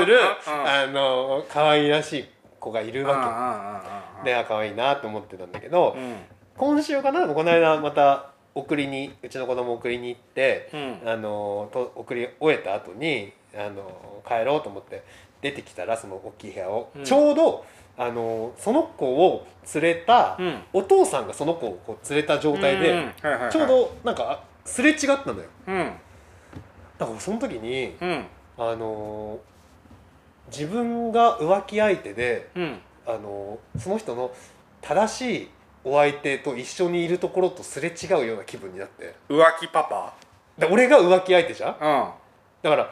B: するあの可愛らしい子がい
A: う
B: る
A: んうんうん
B: わ
A: うん
B: けであ可愛いなと思ってたんだけど、
A: うん
B: 今週かなこの間また送りにうちの子供送りに行って、
A: うん
B: あのと送り終えた後にあの帰ろうと思って出てきたらその大きい部屋を、
A: うん
B: ちょうどあのその子を連れた、
A: うん
B: お父さんがその子をこう連れた状態で、
A: んんはいはいはい
B: ちょうどなんかあすれ違ったのよ
A: うん
B: だからその時に
A: うん
B: あの自分が浮気相手で
A: うん
B: あのその人の正しいお相手と一緒にいるところとすれ違うような気分になって
A: 浮気パパ
B: で俺が浮気相手じゃん
A: うん
B: だから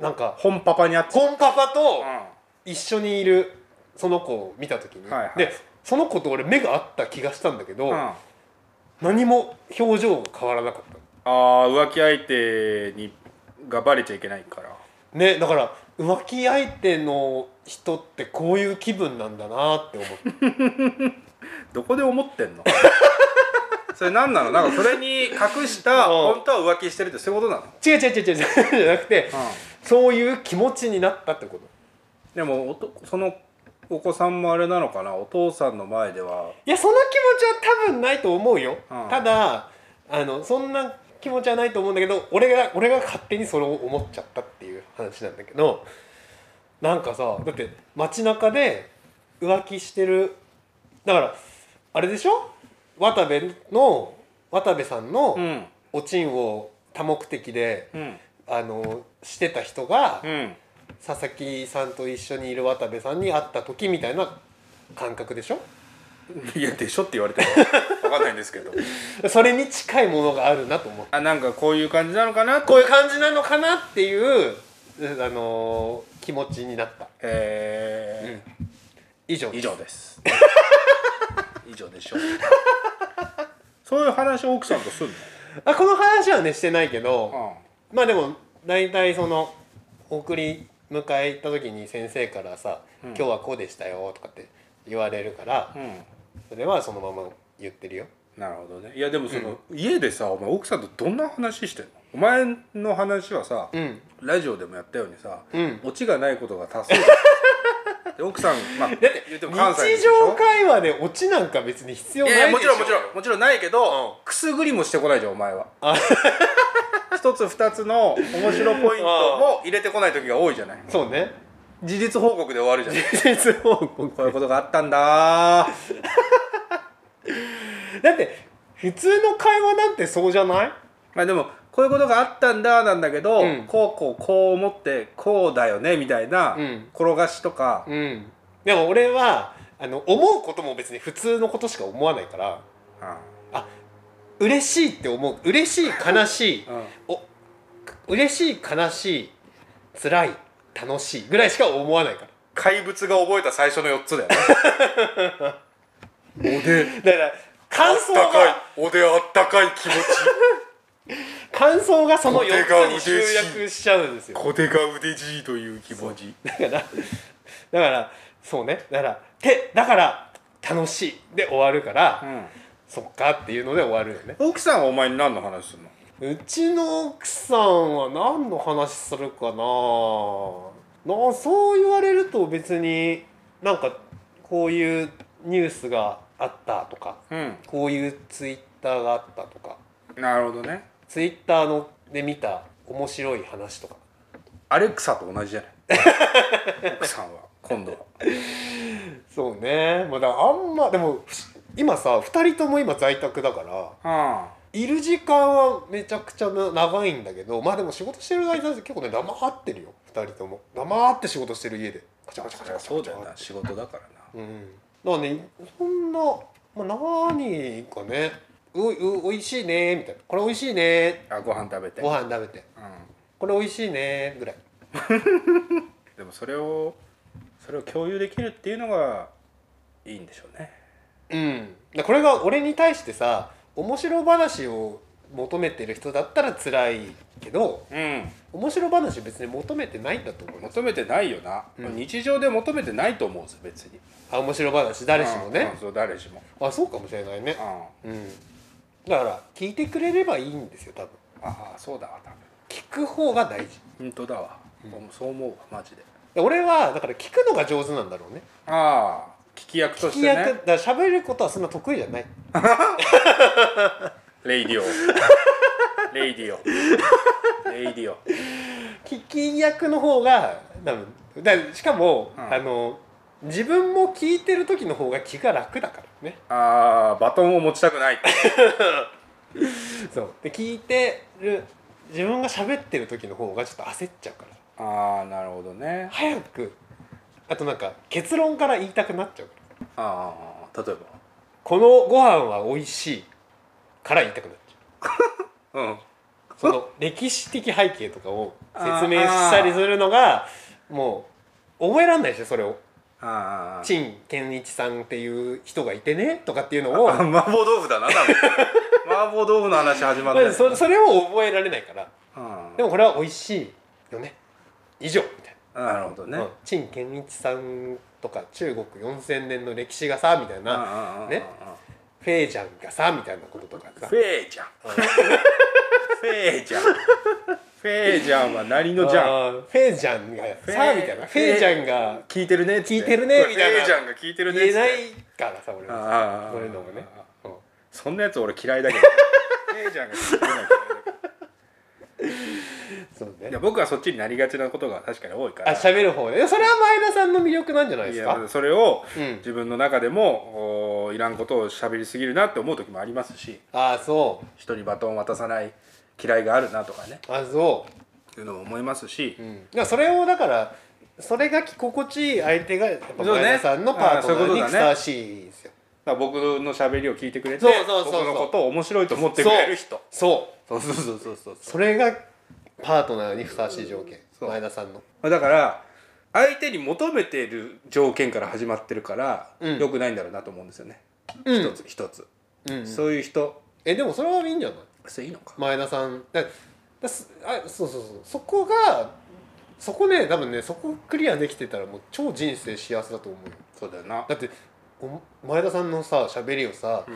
B: なんか
A: 本パパにあって
B: コンパパ
A: う
B: と
A: ん
B: 一緒にいるその子を見た時に、
A: はいはい
B: でその子と俺目が合った気がしたんだけど、
A: うん
B: 何も表情が変わらなかった
A: ああ浮気相手にがバレちゃいけないから
B: ねだから浮気相手の人ってこういう気分なんだなって思って
A: どこで思って んのそれ何なのなんかそれに隠した
B: うん
A: 本当は浮気してるってそういうことなの、
B: 違う違う違う違うじゃなくてそういう気持ちになったってこと
A: でもおとそのお子さんもあれなのかなお父さんの前ではい
B: やその気持ちは多分ないと思うよ、
A: うん
B: ただあのそんな気持ちはないと思うんだけど俺が俺が勝手にそれを思っちゃったっていう話なんだけどなんかさだって街中で浮気してるだからあれでしょ渡部の渡部さん
A: う
B: の
A: ん
B: おちんを多目的で、
A: うん
B: あのしてた人が、
A: うん
B: 佐々木さんと一緒にいる渡部さんに会った時みたいな感覚でしょ
A: いやでしょって言われてもわかんないんです けど
B: それに近いものがあるなと思って
A: あなんかこういう感じなのかな
B: こう
A: と
B: いう感じなのかなっていう、うあのー気持ちになった
A: え
B: 以上
A: ー以上です 以上でしょそういう話を奥さんとすん
B: あこの話はねしてないけど
A: の、
B: まあでも大体その送り迎え行った時に先生からさ「今日はこうでしたよ」とかって言われるから、
A: うんうん
B: それはそのまま言ってるよ
A: なるほどねいやでもその、家でさお前奥さんとどんな話してんのお前の話はさ、
B: うん
A: ラジオでもやったようにさ、
B: うん
A: オチがないことが多数で奥さんまあだっ
B: だって日常会話でオチなんか別に必要ない
A: い
B: でしょ
A: やいやもちろんもちろんもちろんないけど、
B: うん
A: くすぐりもしてこないじゃんお前は一つ二つの面白ポイントも入れてこない時が多いじゃない
B: そうね
A: 事実報告で終わるじゃない
B: 鉄方向
A: こういうことがあったんだー
B: だって普通の会話なんてそうじゃない
A: まあでもこういうことがあったんだーなんだけど、
B: うん
A: こうこうこう思ってこうだよねみたいな
B: うん
A: 転がしとか、
B: うんでも俺はあの思うことも別に普通のことしか思わないから
A: あ
B: 嬉しいって思う嬉しい悲しい
A: あうん
B: お嬉しい悲しい辛い楽しいぐらいしか思わないから
A: 怪物が覚えた最初の4つだよねおで
B: だから
A: あっ
B: 感想
A: たかい
B: が
A: おであったかい気持ち
B: 感想がその
A: これ
B: 4つ
A: が
B: に
A: 嬉しい
B: 集約しちゃうんですよ
A: 小手が腕じいという気持ち
B: だからだからそうねだからてだから楽しいで終わるから、そっかっていうので終わるよね
A: 奥さんはお前に何の話するの
B: うちの奥さんは何の話するかななあそう言われると別になんかこういうニュースがあったとか
A: う
B: こういうツイッターがあったとか
A: んなるほどね
B: ツイッターので見た面白い話とか
A: アレクサと同じじゃない 奥さんは今度は
B: そうねまあだからあんまでもふし今さ2人とも今在宅だから
A: あ
B: いる時間はめちゃくちゃな長いんだけどまあでも仕事してる間結構ね黙ってるよ2人とも黙って仕事してる家でカチャカチャカチャカチャ
A: そうだよな仕事だからな
B: うんだからねそんな、まあ、何かねううおいしいねみたいなこれおいしいね
A: あご飯食べて
B: ご飯食べて
A: う
B: これおいしいねぐらい
A: ん、でもそれをそれを共有できるっていうのがいいんでしょうね
B: うん、だこれが俺に対してさ面白話を求めてる人だったら辛いけど
A: うん
B: 面白話別に求めてないんだと思います
A: 求めてないよな、
B: うん
A: 日常で求めてないと思うぜ別に
B: あ面白話誰しも
A: うんう
B: ね
A: ん、そう誰しも、
B: あそうかもしれないね
A: うん、あ
B: うんだから聞いてくれればいいんですよ多分
A: あそうだわ多分
B: 聞く方が大事
A: 本当だわ、うんそう思うわマジで
B: で俺はだから聞くのが上手なんだろうね
A: ああ聞き役と
B: 聞
A: し
B: き
A: て
B: 役
A: ね
B: だから喋ることはそんな得意じゃない
A: レイディ オレイディオレイディオ
B: 聞き役の方が多分だからしかも、
A: うん
B: あの自分も聞いてる時の方が気が楽だからね
A: ああバトンを持ちたくないって
B: そうで聞いてる自分が喋ってる時の方がちょっと焦っちゃうから
A: ああなるほどね
B: 早くあとなんか結論から言いたくなっちゃうから
A: ああ例え
B: このご飯は美味しいから言いたくなっちゃ
A: ばうん
B: うその歴史的背景とかを説明したりするのがもう覚えらんないでしょそれを
A: ああ
B: 陳健一さんっていう人がいてねとかっていうのを
A: あ麻婆豆腐だな多分麻婆豆腐の話始ま
B: ま
A: る
B: ずそそれを覚えられないから
A: うん
B: でもこれは美味しいよね以上みたいな。
A: なるほどね、
B: うん陳建一さんとか中国4,000年の歴史がさみたい
A: うんう
B: なん
A: うんうん
B: ねフェイジャンがさみたいなこととかさ
A: フェージャンフェージャンフェージャンは何のジャン
B: あーフェイジャンが
A: ェ
B: さみたいなフェイジャンが
A: 聞いてるねっつって
B: 聞いてるねみたいな
A: フェージャンが聞いてるねっ
B: 言
A: つ
B: え
A: って
B: ないからさ俺は
A: ああ
B: そういうのもねうん
A: そんなやつ俺嫌いだけどフェージャンが聞いてない嫌いだけ
B: そう
A: どいや
B: ね
A: 僕はそっちになりがちなことが確かに多いか
B: あ
A: ら
B: 喋る方ねそれは前田さんの魅力なんじゃない
A: い
B: です
A: や
B: か
A: それを
B: うん
A: 自分の中でも、おーいらんことを喋りすぎるなって思う時もありますし
B: ああそ
A: 人にバトンを渡さない嫌いがあるなとかね
B: うあそ
A: いうのも思いますし、
B: ううんだからそれをだからそれが着心地いい相手がやっぱ
A: そうね
B: 前田さんのパートナ
A: あーそういうこ
B: ー
A: と
B: に
A: だね
B: ふさわしいですよ
A: だから僕の喋りを聞いてくれて
B: そうそうそうそ
A: 僕
B: う
A: のことを面白いと思ってくれる人
B: そう
A: そうそうそうそうそう
B: それがパートナーにふさわしい条件
A: そう
B: 前田さんの
A: まあだから相手に求めている条件から始まってるから、
B: うん
A: よくないんだろうなと思うんですよね、
B: うん
A: 一つ一つ、
B: うん
A: そういう人
B: えでもそれはいいんじゃない
A: それいいのか
B: 前田さんだだすあそうそうそうそこがそこね多分ねそこクリアできてたらもう超人生幸せだと思うよ
A: そうだよな
B: だってお前田さんのさ喋りをさ、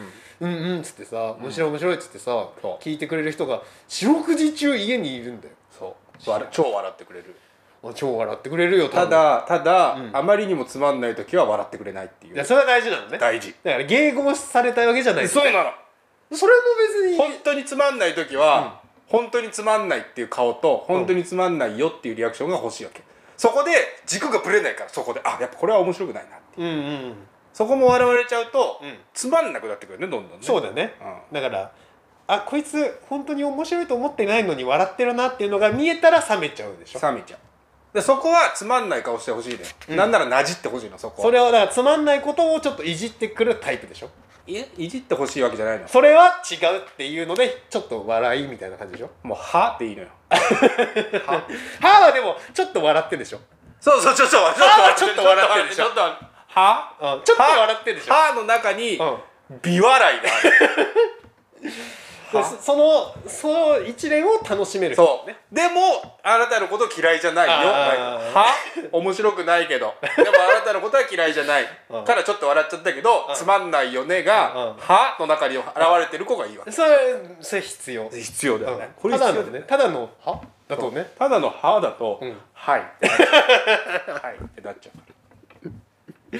B: うん、うんっつってさ面白い面白いっつってさ、
A: そう
B: 聞いてくれる人が四六時中家にいるんだよ
A: そう笑超笑ってくれる
B: 超笑ってくれるよ多
A: た
B: 分
A: だただ、
B: うん
A: あまりにもつまんない時は笑ってくれないってい
B: いや
A: う
B: それは大事なのねだか
A: 大事
B: ら迎合されたいわけじゃないです
A: そうなの
B: それも別に
A: 本当につまんない時は、本当につまんないっていう顔と本当につまんないよっていうリアクションが欲しいわけそこで軸がぶれないからそこであやっぱこれは面白くないなって
B: うんうん
A: そこも笑われちゃうと、
B: うん
A: つまんなくなってくるねどんどんね
B: そうだよね
A: うん
B: だからあこいつ本当に面白いと思ってないのに笑ってるなっていうのが見えたら冷めちゃうでしょ
A: サミちゃんでそこはつまんない顔してほしいね、
B: うん
A: なんならなじってほしいのそこは
B: それはだからつまんないことをちょっといじってくるタイプでしょ
A: いやいじってほしいわけじゃないの
B: それは違うっていうのでちょっと笑いみたいな感じでしょ
A: もう「は」っていいのよ
B: 歯はでもちょっと笑ってるでしょ
A: そうそうちょっとち
B: はち
A: ょ
B: ょ
A: っ
B: っ
A: と
B: と
A: 笑
B: 笑
A: っ
B: っ
A: るでし
B: ててるでし
A: ょ
B: ょ
A: ちょっと笑ってるは
B: うんちょっと笑ってるでしょ
A: はの中に
B: うん
A: 美笑いがある
B: でそそのその一連を楽しめる
A: そう、でもあなたのこと嫌いじゃないよ
B: あー
A: は 面白くないけどでもあなたのことは嫌いじゃない
B: うん
A: からちょっと笑っちゃったけど
B: うん
A: つまんないよね
B: う
A: が
B: ん
A: はの中に現れてる子がいいわけ
B: それそれ必要
A: 必要だよね
B: うんただのねただの歯だとね
A: ただのはだと
B: うん
A: はいはいってなっちゃう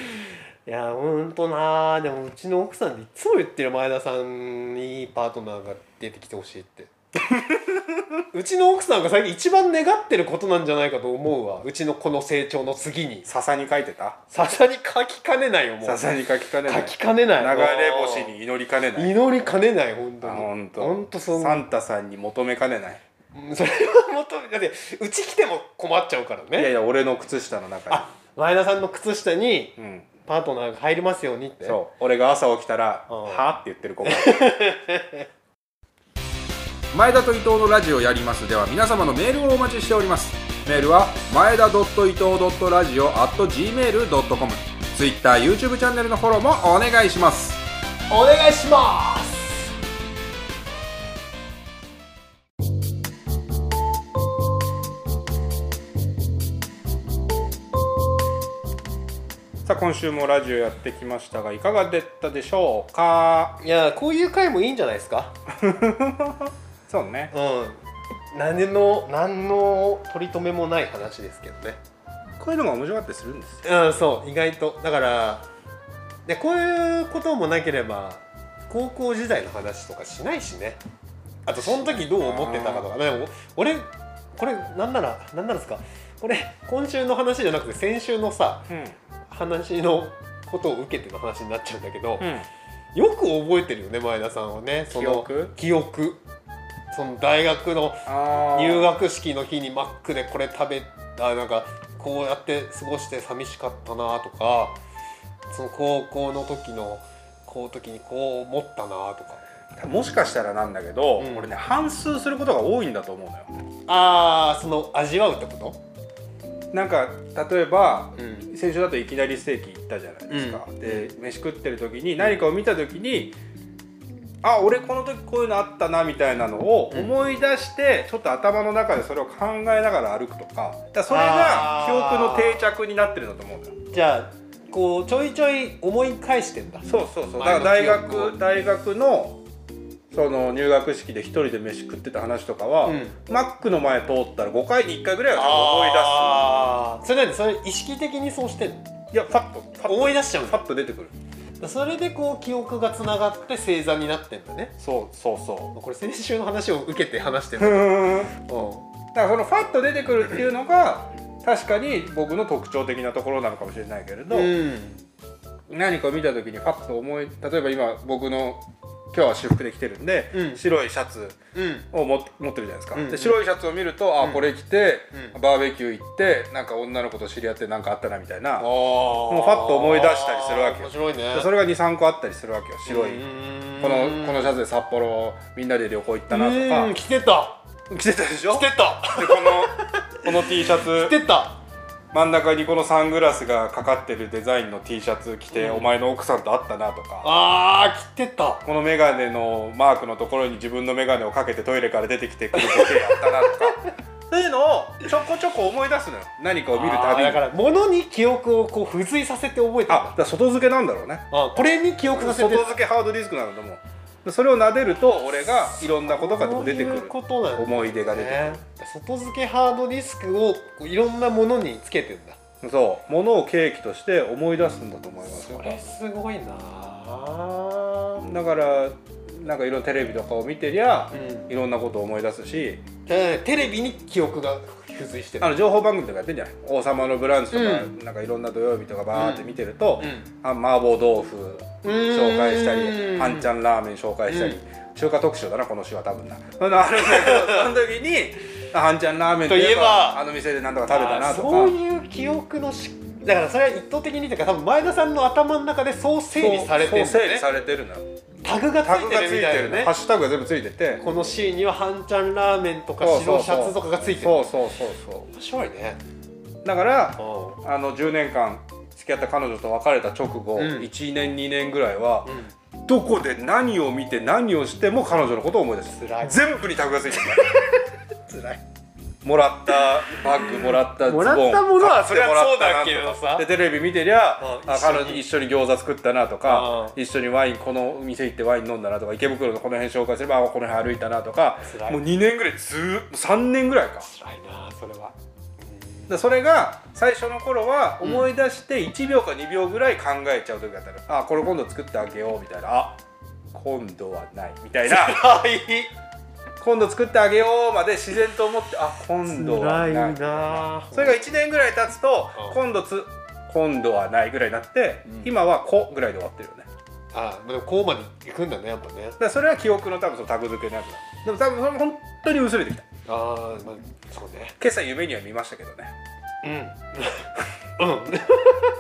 B: いやほんとなでもうちの奥さんでいつも言ってる前田さんにいいパートナーが出てきてほしいって うちの奥さんが最近一番願ってることなんじゃないかと思うわうちのこの成長の次に
A: 笹に書いてた
B: ささに書きかねないよもう書
A: 笹に書きかねない
B: きかねない
A: 流れ星に祈りかねない
B: 祈りかねない本当に
A: 本当
B: 本当そん
A: サンタさんに求めかねない
B: うんそれはもっとだってうち来ても困っちゃうからね
A: いやいや俺の靴下の中に
B: あ前田さんの靴下に
A: うん
B: パートナーが入りますようにって
A: そう俺が朝起きたら「
B: うん
A: は?」って言ってる子が 前田と伊藤のラジオやりますでは皆様のメールをお待ちしておりますメールは前田伊藤ラジオ .gmail.com ツイッター YouTube チャンネルのフォローもお願いします
B: お願いします
A: さあ今週もラジオやってきましたがいかがだったでしょうか
B: いやこういう回もいいんじゃないですか
A: そうね
B: うん何の何の取り留めもない話ですけどね
A: こういうのが面白かったりするんですよ
B: うんそう意外とだからでこういうこともなければ高校時代の話とかしないしねあとその時どう思ってたかとかでも俺これなんならなんならですかこれ今週の話じゃなくて先週のさ
A: うん、
B: 話のことを受けての話になっちゃうんだけど、
A: うん、
B: よく覚えてるよね前田さんはねその
A: 記憶
B: 記憶その大学の
A: あ
B: 入
A: 入学
B: 学式の日にマックでこれ食べたなんかこうやって過ごして寂しかったなとかその高校の時のこう時にこう思ったなとか
A: もしかしたらなんだけど、
B: うん
A: 俺ね反数することが多いんだと思うのよ
B: ああその味わうってこ
A: なんか例えば
B: と、うん、
A: 先週だといきなりステーキ行ったじゃないですか、で飯食ってる時に何かを見た時にあ俺この時こういうのあったなみたいなのを
B: うん
A: 思い出して、ちょっと頭の中でそれを考えながら歩くとかだからそれが
B: あ
A: 記
B: ー
A: 憶の定着になってるんだと思うんだよ
B: じゃあこうちょいちょい思い返してんだ
A: そうそうそうだから
B: 前の
A: 大
B: 記憶
A: 学
B: を
A: 大学のその入学式で一人で飯食ってた話とかは、
B: うん
A: マックの前通ったら5回に1回ぐらいは思い出
B: ああそれ何それ意識的にそうしてんの
A: すいやパッとパッと
B: 思い出しちゃうん
A: パ
B: だ
A: ッと出てくる
B: それでこう記憶がつながって正座になってんだね
A: そうそうそ
B: これ先週の話を受けて話して
A: う
B: る、うん
A: ーん
B: そ
A: だからそのファッと出てくるっていうのが確かに僕の特徴的なところなのかもしれないけれど、
B: ん、
A: 何かを見た時にファッと思い例えば今僕の今日は私服で着てるんで、
B: うん
A: 白いシャツ
B: うん
A: を持って持ってるじゃないですか、
B: うんうん
A: で白いシャツを見るとあこれ着て、
B: う
A: バーベキュー行ってなんか女の子と知り合ってなんかあったなみたいな、
B: も
A: うファッと思い出したりするわけよ
B: 面白いね
A: でそれが23個あったりするわけよ白い。このこのシ
B: ャ
A: ャツで札幌みんなで旅行行ったなと
B: うん着てた
A: か着てたでしょ
B: 着てた
A: でこのこの T シャツ
B: 着てた
A: 真ん中にこのサングラスがかかってるデザインの T シャツ着て、
B: うん
A: お前の奥さんと会ったなとか
B: あー着てた
A: このメガネのマークのところに自分のメガネをかけてトイレから出てきてくる時計やったなとかそういうのをちょこちょこ思い出すのよ何かを見るた
B: あー
A: びに
B: だか
A: あ
B: ら物に記憶をこう付随させて覚えて
A: だ
B: た
A: から外付けなんだろうね
B: あこれに記憶させ
A: 外
B: て
A: 付けハードディスクなんだと思うでそれを撫でると俺がいろんなことが出てく
B: そうい
A: る
B: うことなんだ
A: 思い出が出てくる
B: ね外付けハードディスクをこういろんなものにつけてんだ
A: そうものを契機として思い出すんだと思いますよ
B: これすごいな
A: だからなんかいろんなテレビとかを見てりゃ
B: うん
A: いろんなことを思い出すし
B: えーテレビに記憶が付随してる
A: あの情報番組とかやってんじゃない「王様のブランチ」とか、
B: う
A: なんかいろんな土曜日とかバーって見てると、
B: うん
A: あ麻婆豆腐紹介した
B: う
A: り
B: ん
A: 半ちゃんラーメン紹介したり、
B: うん
A: 中華特集だなこの週は多分なあのあるんだけどその時 に「半ちゃんラーメン」といえば
B: といえば
A: あの店で何とか食べたな
B: あー
A: とか
B: そういう記憶のしだからそれは一方的にというか多分前田さんの頭の中でそう整理されてるん
A: そう
B: だ
A: 整
B: ね
A: 理されてるのよ
B: タグがつ
A: タグ
B: い
A: がつ
B: て
A: い
B: る
A: て
B: みたい
A: る
B: な
A: ね
B: ね
A: ハッシュタグが全部ついてて
B: このシーンには半ちゃんラーメンとか
A: そうそうそ
B: 白
A: う
B: シャツとかがついてる
A: そうそうそうそ
B: 面白いね
A: うだから
B: うん
A: あの10年間付き合った彼女と別れた直後、
B: うん
A: 1年2年ぐらいは、どこで何を見て何をしても彼女のことを思い出す
B: 辛い
A: 全部にタグがついて るからもらったバッグもらったズボン
B: もらったものは
A: 買って
B: そりゃ
A: もらった
B: そうだけどさ
A: なんとかでテレビ見てりゃ
B: うん
A: あ
B: 一緒に
A: 彼女一緒に餃子作ったなとか
B: う
A: 一緒にワインこの店行ってワイン飲んだなとか池袋のこの辺紹介すればあこの辺歩いたなとか
B: 辛い
A: もう2年ぐらいずー3年ぐらいか
B: 辛いなそれは
A: でそれが最初の頃は思い出して1秒か2秒ぐらい考えちゃう時があったの、あこれ今度作ってあげようみたいなあ今度はないみたいな
B: はい
A: 今度作ってあげようまで自然と思ってあ今度はない
B: 辛いな
A: それが1年ぐらい経つと
B: うん
A: 今度つ今度はないぐらいになって、
B: うん
A: 今は「こ」ぐらいで終わってるよね
B: あでもこうまで行くんだねやっぱね
A: だからそれは記憶の多分そのタグ付けのやつだでも多分それも本当に薄れてきた
B: ああまあそうね
A: 今朝夢には見ましたけどね
B: うんうん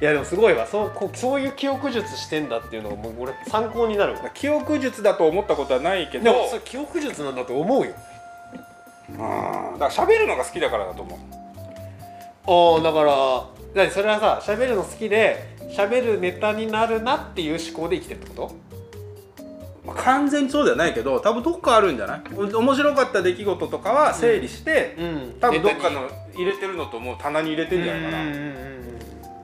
B: いやでもすごいわそうこうそういう記憶術してんだっていうのがもう俺参考になるわ
A: だから記憶術だと思ったことはないけど
B: でもそれ記憶術なんだと思うよ
A: うんだから喋るのが好きだからだと思う
B: ああだから何それはさ喋るの好きで喋るネタになるなっていう思考で生きてるってこと
A: まあ完全にそうではないけど多分どっかあるんじゃないお面白かった出来事とかは整理して、
B: うん
A: 多分どっかの入れてるのともう棚に入れてんじゃないかな、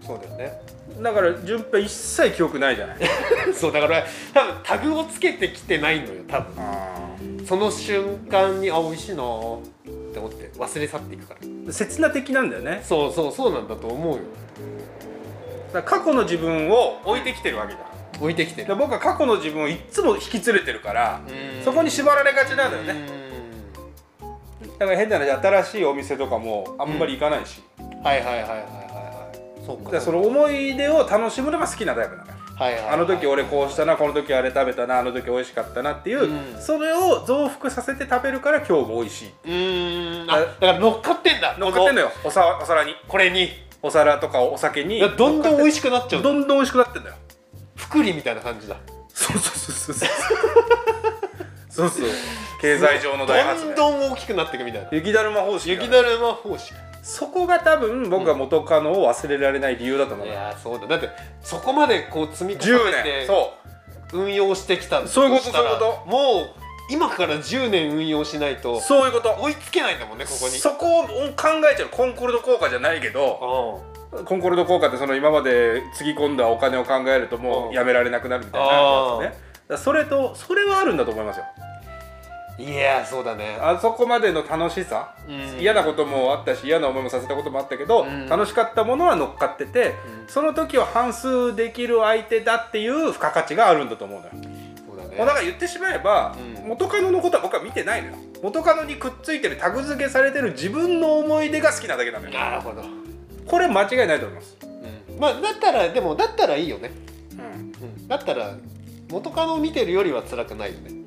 B: そうだよね
A: だから順平一切記憶ないじゃない
B: そうだから多分タグをつけてきてないのよ多分その瞬間にあ美味しいなーって思って忘れ去っていくから
A: 刹那的なんだよね
B: そうそうそうなんだと思うよ
A: だから過去の自分を置いてきてるわけじゃんだか
B: 置いてきて
A: ら
B: る
A: 僕は過去の自分をいっつも引き連れてるから
B: うん
A: そこに縛られがちなんだよ
B: う
A: ねだから変な話新しいお店とかもあんまり行かないし、
B: んはいはいはいはいはいはいそう
A: だ
B: か
A: からその思い出を楽しむのが好きなタイプなのよ
B: はいはいはい
A: あの時俺こうしたなこの時あれ食べたなあの時美味しかったなっていう、
B: うん
A: それを増幅させて食べるから今日も美味しいう
B: ーんあだから乗っかってんだ
A: 乗っかってんの
B: よ
A: よおさお皿に
B: これに
A: お皿とかお酒に
B: いやどんどん美味
A: し
B: しくなっちゃう
A: どんどん美味しくなってんだよ
B: 福利みたいな感じだ
A: そうそうそうそうそうそうそう経済上の大発
B: ど
A: 明
B: んどん大きくなっていくみたいな
A: 雪だるま方式だね
B: 雪だるま方式
A: そこが多分僕が元カノを忘れられない理由だと思う
B: い
A: のよ、
B: やーそうだだってそこまでこう積み重
A: 10
B: ね
A: 年
B: て
A: そ
B: 運用してきたんだ
A: そういうこと
B: した
A: そ
B: ら
A: ういうこ
B: もう今から10年運用しないと
A: うそういうこと
B: 追いつけないんだもんねここに
A: そこを考えちゃうコンコルド効果じゃないけど
B: う
A: コンコルド効果ってその今までつぎ込んだお金を考えるとも
B: うん
A: うやめられなくなるみたいな
B: あー
A: やつねだからそれとそれはあるんだと思いますよ
B: んいやーそうだね
A: あそこまでの楽しさ、
B: うん
A: 嫌なこともあったし嫌な思いもさせたこともあったけど、
B: うん
A: 楽しかったものは乗っかってて、
B: うん
A: その時を反数できる相手だっていう付加価値があるんだと思うのよ、
B: そうだね
A: もうだから言ってしまえば、
B: うん
A: 元カノのことは僕は見てないのよ元カノにくっついてるタグ付けされてる自分の思い出が好きなだけなのよ
B: なるほど、
A: これ間違いないと思います、
B: まあだったらでもだったらいいよね、
A: うん
B: うん、だったら元カノを見てるよりは辛くないよね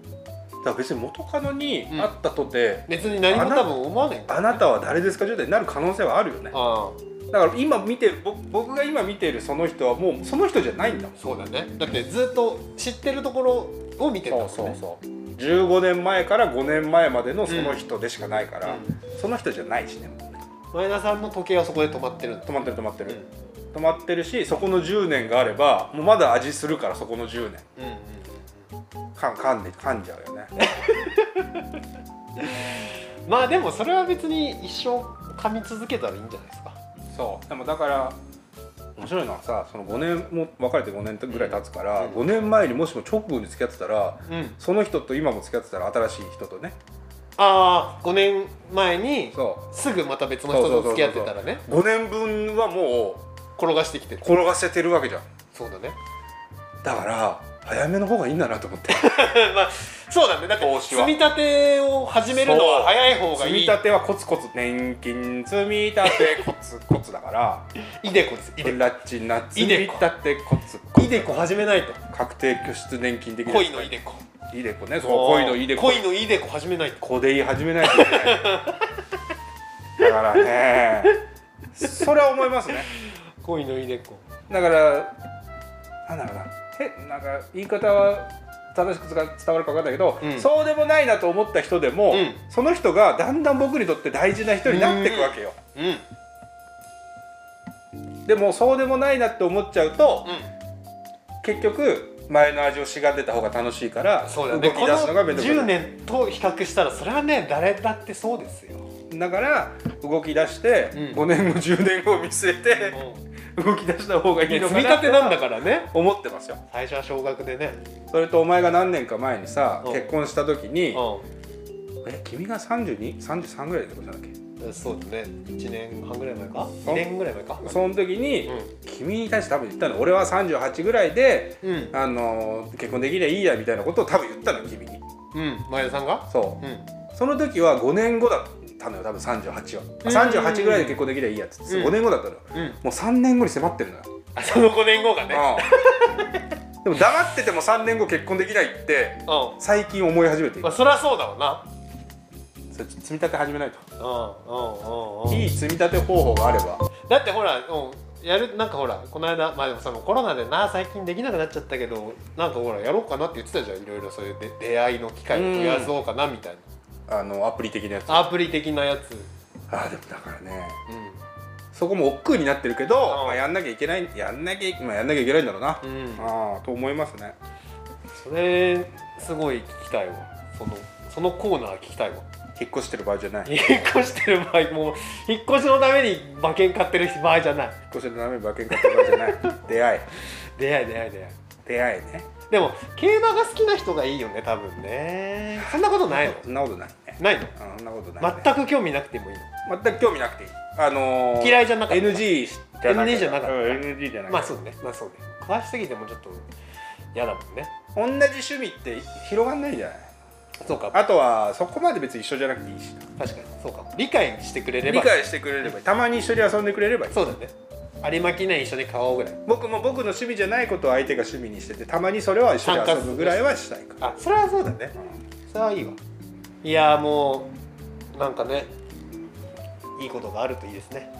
A: だから別に元カノに会ったとて、
B: 別に何も多分思わない
A: あなたは誰ですか状態になる可能性はあるよね
B: ああ
A: だから今見てる僕僕が今見てるその人はもうその人じゃないんだもん
B: そうだねだってずっと知ってるところを見てたもんね
A: そう15年前から5年前までのその人でしかないから、
B: うん
A: その人じゃないしねもうね
B: 前田さんの時計はそこで止まってるんだ
A: 止まってる止まってる、
B: うん
A: 止まってるしそこの10年があればもうまだ味するからそこの10年
B: うんうん
A: かん噛んで噛んじゃうよね
B: まあでもそれは別に一生噛み続けたらいいんじゃないですか
A: そうでもだから面白いのはさその5年も別れて5年ぐらい経つから、
B: うん
A: 5年前にもしも直後に付き合ってたら
B: うん
A: その人と今も付き合ってたら新しい人とね
B: ああ5年前に
A: そ
B: すぐまた別の人と付き合ってたらね
A: う5年分はも
B: 転がしてきて
A: う
B: る
A: 転がせてるわけじゃん
B: そうだね
A: だから早めの方がいいんだなと思って
B: まあそうだねだって
A: 投資は
B: 積み立てを始めるのは早い 方が
A: 積
B: い
A: み
B: い
A: 立てはコツコツ年金積み立 てコツコツだから
B: イデコですイデ
A: プラチナ積
B: い
A: み
B: で
A: 立
B: こ
A: てコツコ
B: コイ
A: ツ
B: デコ始めないと
A: 確定拠出年金的な
B: 恋のイデコ
A: いいでこねそう恋のいいでこ
B: 恋のイデコ始めないと
A: こで言い始めないといけないだからねそれは思いますね
B: 恋のイデコ
A: だからなんだろうなへなんか言い方は正しく伝わるか分かんないけど、
B: うん
A: そうでもないなと思った人でも、
B: うん
A: その人がだんだん僕にとって大事な人になっていくわけよ、
B: うんうん
A: でもそうでもないなって思っちゃうと、結局前の味をしがんでた方が楽しいから、
B: そうだ
A: 動き
B: ね
A: 出
B: この
A: すのが面倒く
B: 10
A: さい
B: 年と比較したらそれはね誰だってそうですよ
A: だから動き出して、
B: うん
A: 5年後10年後を見据え
B: も
A: て
B: う
A: 動き出した方がいい
B: 積
A: のか
B: み
A: な
B: 立
A: って
B: てなんだからね
A: 思ってますよ
B: 最初は少額でね
A: それとお前が何年か前にさ
B: うん
A: 結婚した時に
B: う
A: え君が 32?33 ぐらいってことなんだっけ
B: んそうだね1年半ぐらい前か
A: あ
B: 2年ぐらい前か
A: その時に
B: うん
A: 君に対して多分言ったの俺は38ぐらいで、
B: うん
A: あのー結婚できりゃいいやみたいなことを多分言ったのよ君に
B: うん前田さんが
A: そううんその時は5年後だったのよ多分38はあ38ぐらいで結婚できりゃいいやって言って
B: うん
A: 5年後だったのよ
B: うん
A: もう3年後に迫ってるのよ
B: あその5年後がね
A: うんでも黙ってても3年後結婚できないって
B: う
A: 最近思い始めてい
B: んま
A: る
B: あそりゃそうだわな
A: それ積み立て始めないと
B: うんうんうんうん
A: いい積み立て方法があれば
B: だってほらうんやるなんかほらこの間まあでもそのコロナでな最近できなくなっちゃったけどなんかほらやろうかなって言ってたじゃんいろいろそういうで出会いの機会を増やそうかなみたい
A: あのアプリ的なやつ
B: なアプリ的なやつ
A: あでもだからね
B: う
A: そこも億劫になってるけど、
B: うん
A: まあ、やんなきゃいけないやんなきゃ,、まあ、やんなきゃいけないんだろうな、
B: んうん
A: ああと思いますね
B: それすごい聞きたいわそのそのコーナー聞きたいわ
A: 引っ越してる場合じゃない引っ
B: 引っ越してる場合もう引っ越しのために馬券買ってる場合じゃない
A: 越してるために馬券買ってる場合じゃない 出会い
B: 出会い出会い出会い
A: 出会いね
B: でも競馬が好きな人がいいよね多分ねそんなことないの
A: そんなことないね
B: ないの
A: うんそんなことない、ね、
B: 全く興味なくてもいいの
A: 全く興味なくていいあのー、
B: 嫌いじゃなかった
A: NG じゃな
B: NG じゃなかった
A: うん NG じゃなかった
B: まあそうねまあそうね詳しすぎてもちょっと嫌だもんね
A: 同じ趣味って広がんないじゃない
B: そうか
A: あとはそこまで別に一緒じゃなくていいし
B: 確かにそうか理解してくれれば
A: 理解してくれればいいたまに一緒に遊んでくれればいい
B: そうだね有馬記念一緒に買おうぐらい
A: 僕も僕の趣味じゃないことを相手が趣味にしててたまにそれは一緒に遊ぶぐらいはしたいから
B: あそれはそうだねそれはいいわいやーもうなんかねいいことがあるといいですね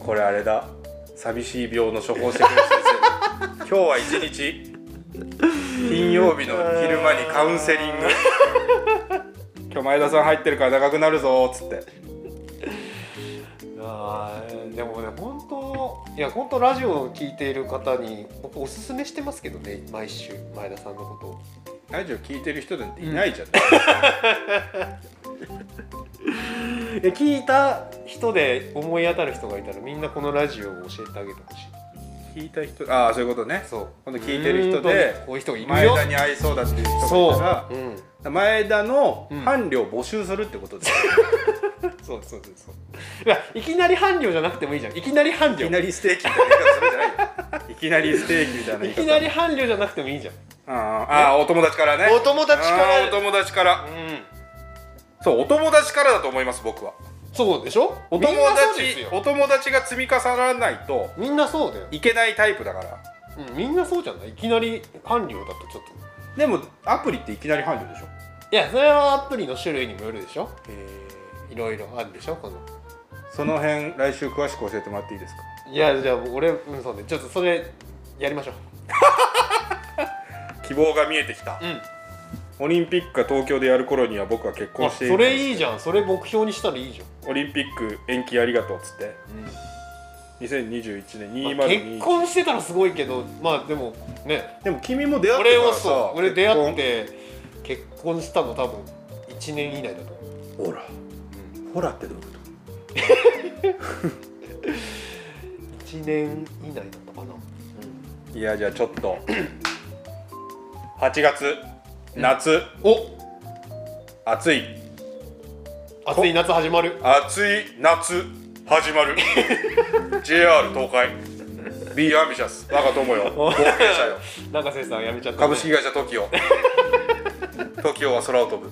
A: これあれだ寂しい病の処方してくれる先生今日は一日金曜日の昼間にカウンセリング今日前田さん入ってるから長くなるぞーっつって
B: あーでもね本当いや本当ラジオを聞いている方に僕おすすめしてますけどね毎週前田さんのことを
A: ラジオ聞いてる人なんていないじゃん、
B: いや聞いた人で思い当たる人がいたらみんなこのラジオを教えてあげてほしい
A: 聞いた人ああそういうことね
B: そう
A: 今度聞いてる人で
B: 本当にこういう人いる
A: 前
B: よ
A: 田に合いそうだっていう人がいた
B: そ
A: ら
B: う、うん、
A: 前田の伴侶を募集するってことです、
B: そうそうそうそういやいきなり伴侶じゃなくてもいいじゃんいきなり伴
A: いき
B: 侶
A: なりステーキみたいな言い方するんじゃないよいきなりステーキみたいない言い方
B: きなり伴侶じゃなくてもいいじゃん
A: ああああお友達からね
B: お友達から
A: ああお友達から
B: うん
A: そうお友達からだと思います僕は
B: そうでしょ
A: お友
B: みんなそうです
A: 達
B: よ
A: お友達が積み重ならないと
B: みんなそうだよ、
A: いけないタイプだから
B: うん、みんなそうじゃないいきなり伴侶だとちょっと
A: でもアプリっていきなり伴侶でしょ
B: いやそれはアプリの種類にもよるでしょいろいろあるでしょこの
A: その辺来週詳しく教えてもらっていいですか
B: いやじゃあ俺うんそうねちょっとそれやりましょう
A: 希望が見えてきた
B: うん
A: オリンピックが東京でやる頃には僕は結婚
B: あ
A: している
B: それいいじゃんそれ目標にしたらいいじゃん
A: オリンピック延期ありがとうっつって、2021年
B: まあ
A: 2021
B: 結婚してたらすごいけどまあでもね
A: でも君も出会って
B: 俺
A: か
B: を
A: らさ
B: そう俺出会って結婚したの多分1年以内だと思う
A: 結婚ほら、ほらってどういうこと
B: 1年以内だったかな い
A: やじゃあちょっと8月夏
B: お
A: 暑い
B: 暑い夏始まる
A: 暑い夏始 まる JR 東海 B アンビシャス我が友よ後継者よ
B: 中瀬さんやめちゃった、
A: 株式会社 TOKIO TOKIO は空を飛ぶ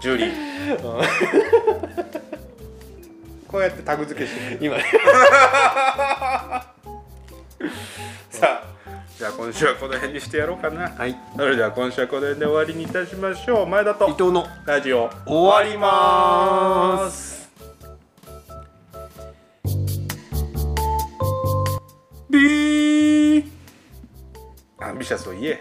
A: ジュリーこうやってタグ付けしてる
B: 今ね
A: さあじゃあ今週はこの辺にしてやろうかな、
B: はい
A: それでは今週はこの辺で終わりにいたしましょう前田
B: 伊
A: と
B: 藤の
A: ラジオ
B: 終わりまー
A: すビーアンビシャスと言え